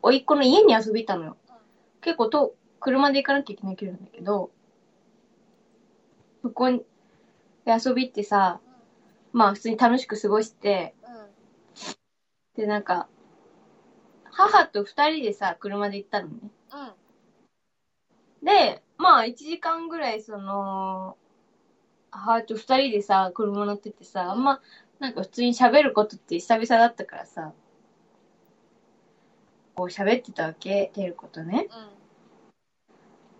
Speaker 2: 甥っ子の家に遊びに行ったのよ
Speaker 1: うん。
Speaker 2: 結構と、車で行かなきゃいけない距離なんだけど、向こうに、遊び行ってさ、まあ普通に楽しく過ごして、
Speaker 1: うん。
Speaker 2: で、なんか、母と二人でさ、車で行ったのね。
Speaker 1: うん。
Speaker 2: で、まあ、1時間ぐらい、その、母と二人でさ、車乗っててさ、あんま、なんか普通に喋ることって久々だったからさ、こう喋ってたわけ、てることね。
Speaker 1: うん。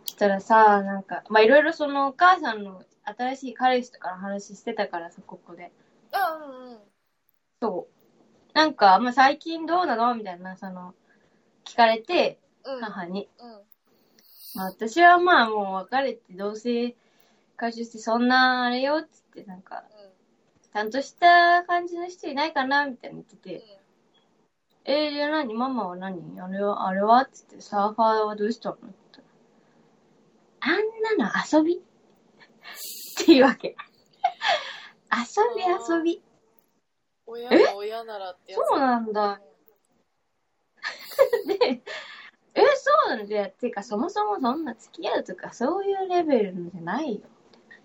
Speaker 2: したらさ、なんか、まあいろいろそのお母さんの新しい彼氏とかの話してたからさ、ここで。
Speaker 1: あ、うんうん。
Speaker 2: そう。なんか、まあ最近どうなのみたいな、その、聞かれて、
Speaker 1: うん。
Speaker 2: 母に。
Speaker 1: うん。
Speaker 2: まあ、私はまあもう別れて同棲回収してそんなあれよっつってなんか
Speaker 1: うん。
Speaker 2: ちゃんとした感じの人いないかなみたいな言って
Speaker 1: うん
Speaker 2: て「えー、じゃあ何ママは何あれはあれは?」っつって「サーファーはどうしたの?」って言ったらあんなの遊びっていうわけ遊び遊び
Speaker 1: 親が親ならってやつ。
Speaker 2: そうなんだで、え、そうなんだよ。てか、そもそもそんな付き合うとか、そういうレベルのじゃないよ。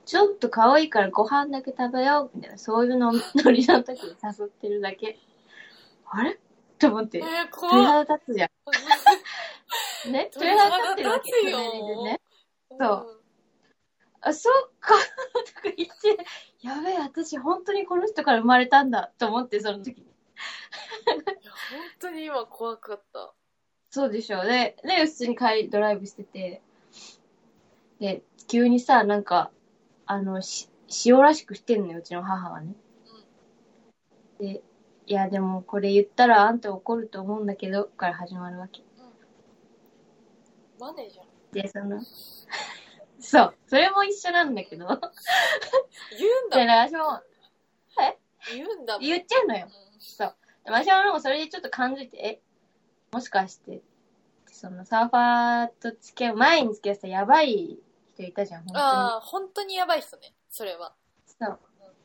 Speaker 2: ちょっと可愛いからご飯だけ食べよう、みたいな、そういうの、ノリの時に誘ってるだけ。あれと思って
Speaker 1: えー、、
Speaker 2: 鳥
Speaker 1: 怖っ。
Speaker 2: 肌立つじ ゃん。ね鳥
Speaker 1: 鳥
Speaker 2: 肌
Speaker 1: 肌
Speaker 2: 立って
Speaker 1: 立
Speaker 2: るわけ。
Speaker 1: つよ
Speaker 2: 隣でね。
Speaker 1: そう。
Speaker 2: あ、そっか、 とか言って、やべえ、私本当にこの人から生まれたんだ、と思って、その
Speaker 1: い
Speaker 2: 時に。
Speaker 1: や、本当に今怖かった。
Speaker 2: そうでしょうね。で、普通に帰りドライブしてて、で、急にさ、なんか、あの、し、塩らしくしてんのよ、うちの母がね。で、いや、でもこれ言ったらあんた怒ると思うんだけど、から始まるわけ。
Speaker 1: マネーじゃん。
Speaker 2: で、その、そう、それも一緒なんだけど。だか
Speaker 1: 言うんだもん。
Speaker 2: ら私も、
Speaker 1: 言うんだもん。
Speaker 2: 言っちゃうのよ。
Speaker 1: うん
Speaker 2: そう。でも私はもうそれでちょっと感じて、え、もしかして、そのサーファーと付き合う前に付き合ってたやばい人いたじゃん、本当に。
Speaker 1: ああ、本当にやばい人ね。それは。
Speaker 2: そう。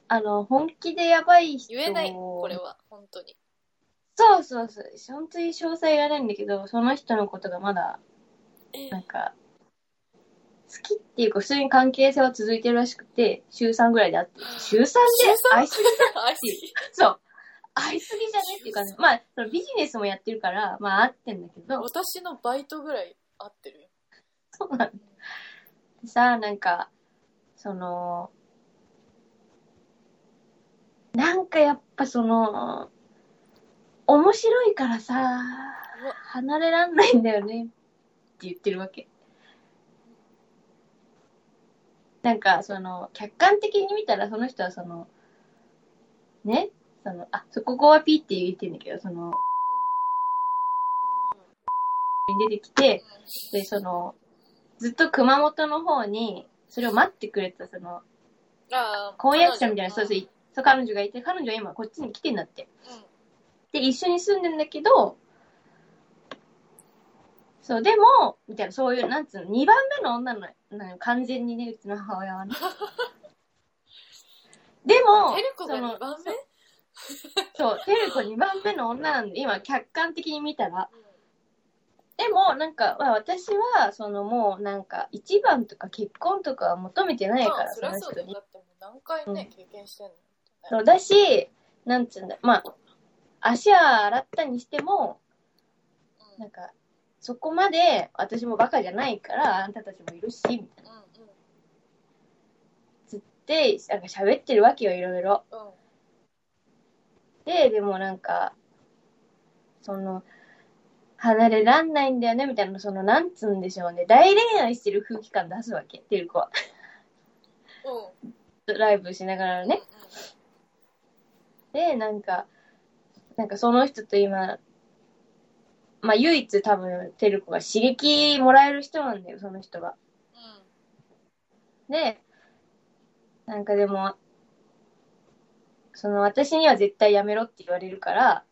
Speaker 2: あの、本気でやばい人を
Speaker 1: 言えない、これは。本当に。
Speaker 2: そうそうそう。本当に詳細がないんだけど、その人のことがまだ、なんか、好きっていうか、普通に関係性は続いてるらしくて、週3ぐらいで会って、週3で愛すぎ、
Speaker 1: 愛し
Speaker 2: そう。愛すぎじゃねっていうかね。まあ、そのビジネスもやってるから、まあ、会ってんだけど、
Speaker 1: 私のバイトぐらい合ってるよ。
Speaker 2: そうなんだ。でさ、なんか、その、なんかやっぱその、面白いからさ、離れらんないんだよねって言ってるわけ。なんか、その、客観的に見たらその人はその、ね、その、あ、そここはピーって言ってんだけど、その、に出てきて、で、その、ずっと熊本の方に、それを待ってくれた、その、
Speaker 1: ああ、
Speaker 2: 婚約者みたいな、そ
Speaker 1: 彼
Speaker 2: うそ
Speaker 1: 女
Speaker 2: うい、そう、彼女がいて、彼女は今こっちに来てんだって。
Speaker 1: うん
Speaker 2: で、一緒に住んでんだけど、そう、でも、みたいな、そういう、なんつうの、2番目の女の、なの完全にね、うちの母親 はね。でも、
Speaker 1: テルコが
Speaker 2: その
Speaker 1: 2番目
Speaker 2: そう、テルコ2番目の女なんで、今、客観的に見たら。でも、なんか、まあ私は、そのもう、なんか、一番とか結婚とかは求めてないか
Speaker 1: ま
Speaker 2: ら、
Speaker 1: あ、そりゃそうだ
Speaker 2: の人
Speaker 1: よ。
Speaker 2: に
Speaker 1: だってもう何回ね、経験してんの。
Speaker 2: そうだし、なんつうんだ、まあ、足は洗ったにしても、
Speaker 1: うん
Speaker 2: なんか、そこまで私もバカじゃないから、あんたたちもいるし、みたいな。
Speaker 1: うん
Speaker 2: つって、なんか喋ってるわけよ、いろいろ。
Speaker 1: うんうん
Speaker 2: で、でもなんか、その、離れらんないんだよね、みたいな、その、なんつうんでしょうね。大恋愛してる空気感出すわけ、てる子は。
Speaker 1: うん
Speaker 2: ライブしながらね。で、なんか、なんかその人と今、まあ唯一多分、てる子が刺激もらえる人なんだよ、その人が。
Speaker 1: う
Speaker 2: で、なんかでも、その私には絶対やめろって言われるから、
Speaker 1: ん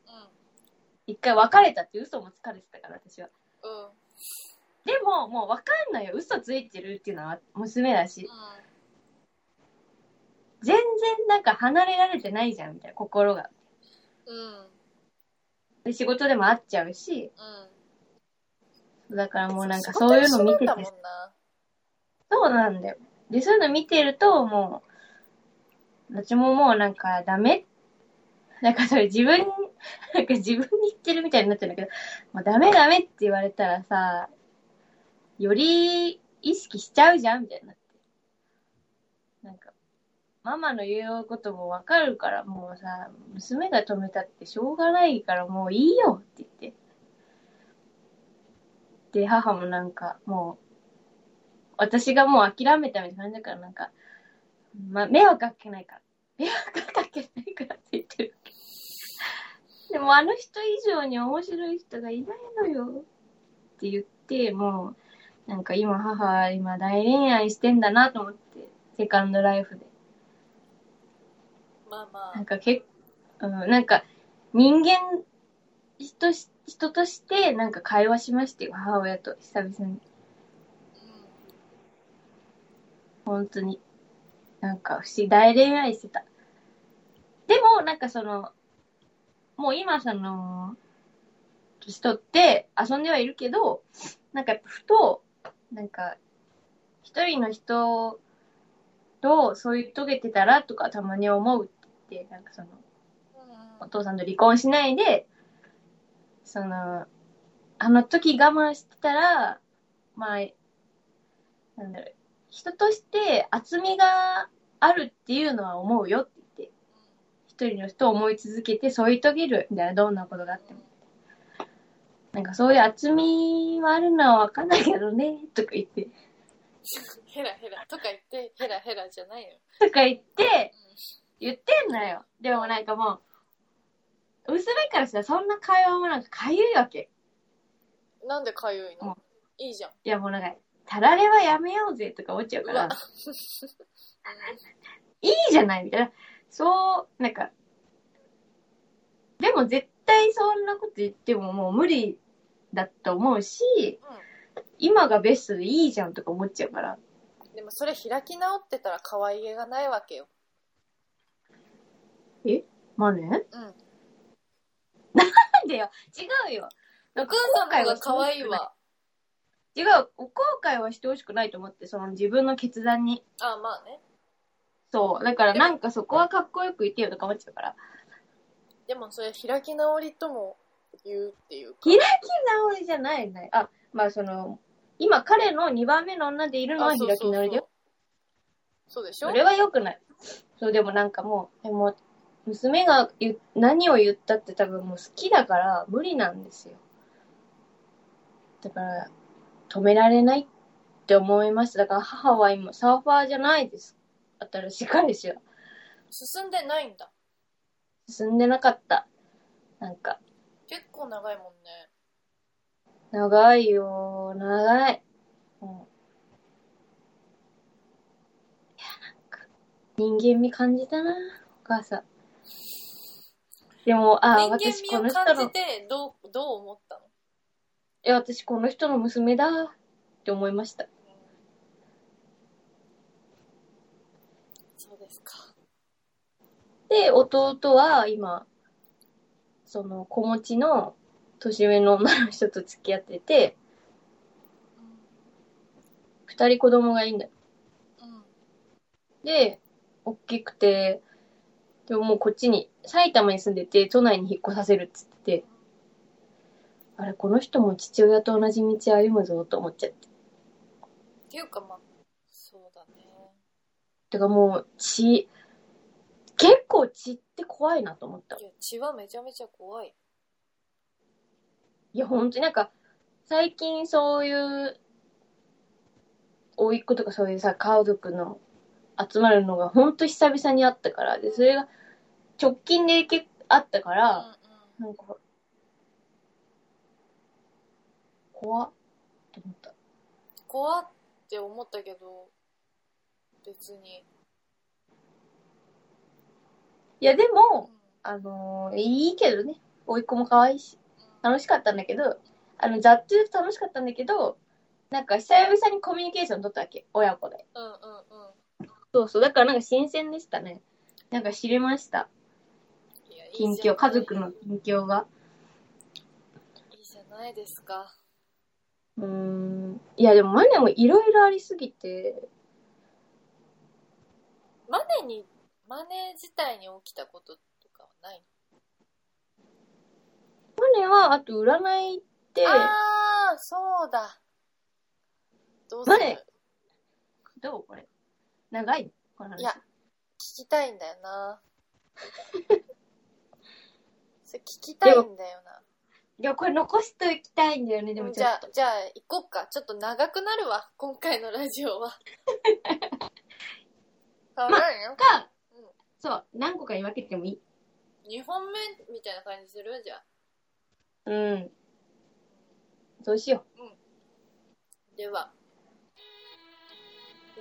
Speaker 2: 一回別れたって嘘もつかれてたから、私は。
Speaker 1: うんうん
Speaker 2: でも、もうわかんないよ。嘘ついてるっていうのは娘だし。全然なんか離れられてないじゃん、みたいな、心が。
Speaker 1: うんうん
Speaker 2: で、仕事でも会っちゃうし、
Speaker 1: うん
Speaker 2: だからもうなんかそういうの見て
Speaker 1: 仕事一緒なんだ
Speaker 2: て
Speaker 1: もんな
Speaker 2: そうなんだよ。で、そういうの見てると、もう、私ももうなんかダメ。なんかそれ自分、なんか自分に言ってるみたいになってるんだけど、もうダメダメって言われたらさ、より意識しちゃうじゃんみたいになって。なんか、ママの言うこともわかるから、もうさ、娘が止めたってしょうがないからもういいよって言って。で、母もなんか、もう、私がもう諦めたみたいな感じだから、なんか、まあ、迷惑かけないから。迷惑かけないからって言ってる。でも、あの人以上に面白い人がいないのよ。って言って、もう、なんか今、母は今大恋愛してんだなと思って、セカンドライフで。
Speaker 1: まあま
Speaker 2: なんか結構、うん、なんか人間人し、人としてなんか会話しまして母親と久々に。
Speaker 1: あ
Speaker 2: 本当に。なんか、不思議、大恋愛してた。でも、なんかその、もう今その、年取って遊んではいるけど、なんかやっぱふと、なんか、一人の人とそういう遂げてたらとかたまに思うって言って、なんかその、
Speaker 1: うん
Speaker 2: お父さんと離婚しないで、その、あの時我慢してたら、まあ、なんだろう、人として厚みがあるっていうのは思うよって言って、一人の人を思い続けて添い遂げるみたいな、どんなことがあっても。なんかそういう厚みはあるのはわかんないけどね、とか言って、
Speaker 1: ヘラヘラとか言ってヘラヘラじゃないよ
Speaker 2: とか言って、言ってんのよ。でもなんかもう、娘からしたらそんな会話もなんかかゆいわけ。
Speaker 1: なんでかゆいの、
Speaker 2: うん
Speaker 1: いいじゃん。
Speaker 2: いや、もうなんか、たられはやめようぜとか思っちゃうか
Speaker 1: う
Speaker 2: ら
Speaker 1: わ、。
Speaker 2: いいじゃないみたいな。そう、なんか、でも絶対そんなこと言ってももう無理だと思うし、今がベストでいいじゃんとか思っちゃうから。
Speaker 1: でもそれ開き直ってたら可愛げがないわけよ。
Speaker 2: まあね。なん
Speaker 1: うん。
Speaker 2: でよ。違うよ。
Speaker 1: お母さんの方が可愛いわ。
Speaker 2: 違う。後悔はしてほしくないと思って、その自分の決断に。
Speaker 1: あまあね。
Speaker 2: そう。だからなんかそこはかっこよく言ってよとか思っちゃうから。
Speaker 1: でもそれ開き直りとも言うっていうか。
Speaker 2: 開直りじゃないね。あ、まあその、今彼の2番目の女でいるのは開き直りだよ。
Speaker 1: そうそうそうそうでしょ
Speaker 2: それは良くない。そう、でもなんかもう、でも、娘が言う何を言ったって多分もう好きだから無理なんですよ。だから、止められないって思いました。だから母は今サーファーじゃないです。新しい彼氏は。
Speaker 1: 進んでないんだ。
Speaker 2: 進んでなかった。なんか、
Speaker 1: 結構長いもんね。
Speaker 2: 長いよー長い。もういや、なんか、人間味感じたなお母さん。でも、あー、
Speaker 1: 人間
Speaker 2: 私
Speaker 1: 味
Speaker 2: こ
Speaker 1: を
Speaker 2: の人
Speaker 1: 感
Speaker 2: の、
Speaker 1: じ
Speaker 2: い
Speaker 1: てどうどう思ったの
Speaker 2: や、私この人の娘だーって思いました。
Speaker 1: そうですか。
Speaker 2: で、弟は今、その、子持ちの年上の女の人と付き合ってて、二人子供がいいんだ
Speaker 1: うん。
Speaker 2: で、大きくて、でももうこっちに、埼玉に住んでて、都内に引っ越させるっつってて、あれ、この人も父親と同じ道歩むぞと思っちゃって。
Speaker 1: っていうかまあ、そうだね。
Speaker 2: だからもう、血、結構血って怖いなと思った
Speaker 1: い。や、血はめちゃめちゃ怖い。
Speaker 2: いや、本当になんか、最近そういう、甥っ子とかそういうさ、家族の集まるのが本当久々にあったから、で、それが直近で結構あったか
Speaker 1: うん
Speaker 2: ら、
Speaker 1: うん。
Speaker 2: なんか、怖っって思った。
Speaker 1: 怖って思ったけど、別に。
Speaker 2: いや、で
Speaker 1: うん
Speaker 2: も、あのーいいけどね。甥いっ子も可愛いし、楽しかったんだけど、あの、ざっと言うと楽しかったんだけど、なんか久々にコミュニケーション取ったわけ。親子で。
Speaker 1: うんうんうん。
Speaker 2: そうそう。だからなんか新鮮でしたね。なんか知れました。
Speaker 1: いやいいじゃない
Speaker 2: 近況、家族の近況が。
Speaker 1: いいじゃないですか。
Speaker 2: うーん。いや、でもマネもいろいろありすぎて、
Speaker 1: マネに、マネ自体に起きたこととかはない
Speaker 2: マネは、あと占いって、
Speaker 1: のあー、そうだ。どうする
Speaker 2: マネどうこれ。長いこの話
Speaker 1: いや、聞きたいんだよ な。それ聞きたいんだよな。
Speaker 2: いや、これ残しておきたいんだよね、でもち
Speaker 1: じ
Speaker 2: ょ
Speaker 1: ゃ
Speaker 2: っ
Speaker 1: あ
Speaker 2: と。、
Speaker 1: じゃあ行こっか。ちょっと長くなるわ。今回のラジオは。かわいよ。
Speaker 2: か、
Speaker 1: うん
Speaker 2: そう、何個かに分けてもいい。
Speaker 1: 2本目みたいな感じするじゃあ。
Speaker 2: うん。そうしよ
Speaker 1: では。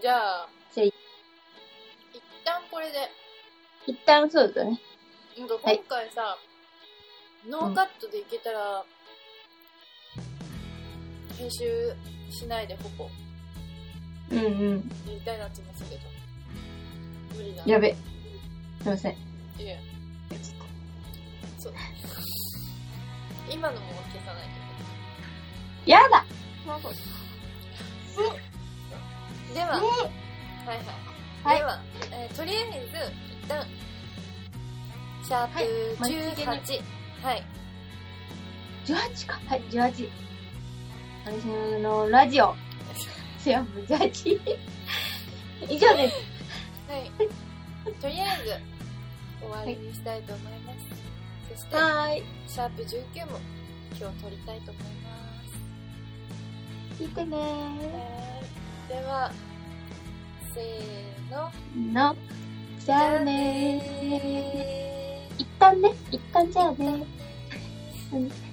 Speaker 1: じゃあ、
Speaker 2: じゃあ
Speaker 1: 一旦これで。
Speaker 2: う。一旦そうだね。
Speaker 1: なんか
Speaker 2: はい
Speaker 1: 今回さ、ノーカットでいけたら、編集しないでほぼ
Speaker 2: うんうん。
Speaker 1: やりたいなって思ってたけど、無理だな。
Speaker 2: やべ。すいません。
Speaker 1: いやそう。今のも消さない
Speaker 2: やだ
Speaker 1: けど。では、はいはい。では、えーとりあえず、一旦、シャープ
Speaker 2: はい待ち受け
Speaker 1: 18。はい。
Speaker 2: !18 か。はい、18。私のラジオ。せやもう18。以上です。
Speaker 1: はい。とりあえず、終わりにしたいと思います。そして、
Speaker 2: はーい。
Speaker 1: シャープ19も今日撮りたいと思います。
Speaker 2: 聞いてねー。
Speaker 1: はーいでは、せーの。
Speaker 2: の。じゃあねー。一旦ね。一旦じゃあねー。うん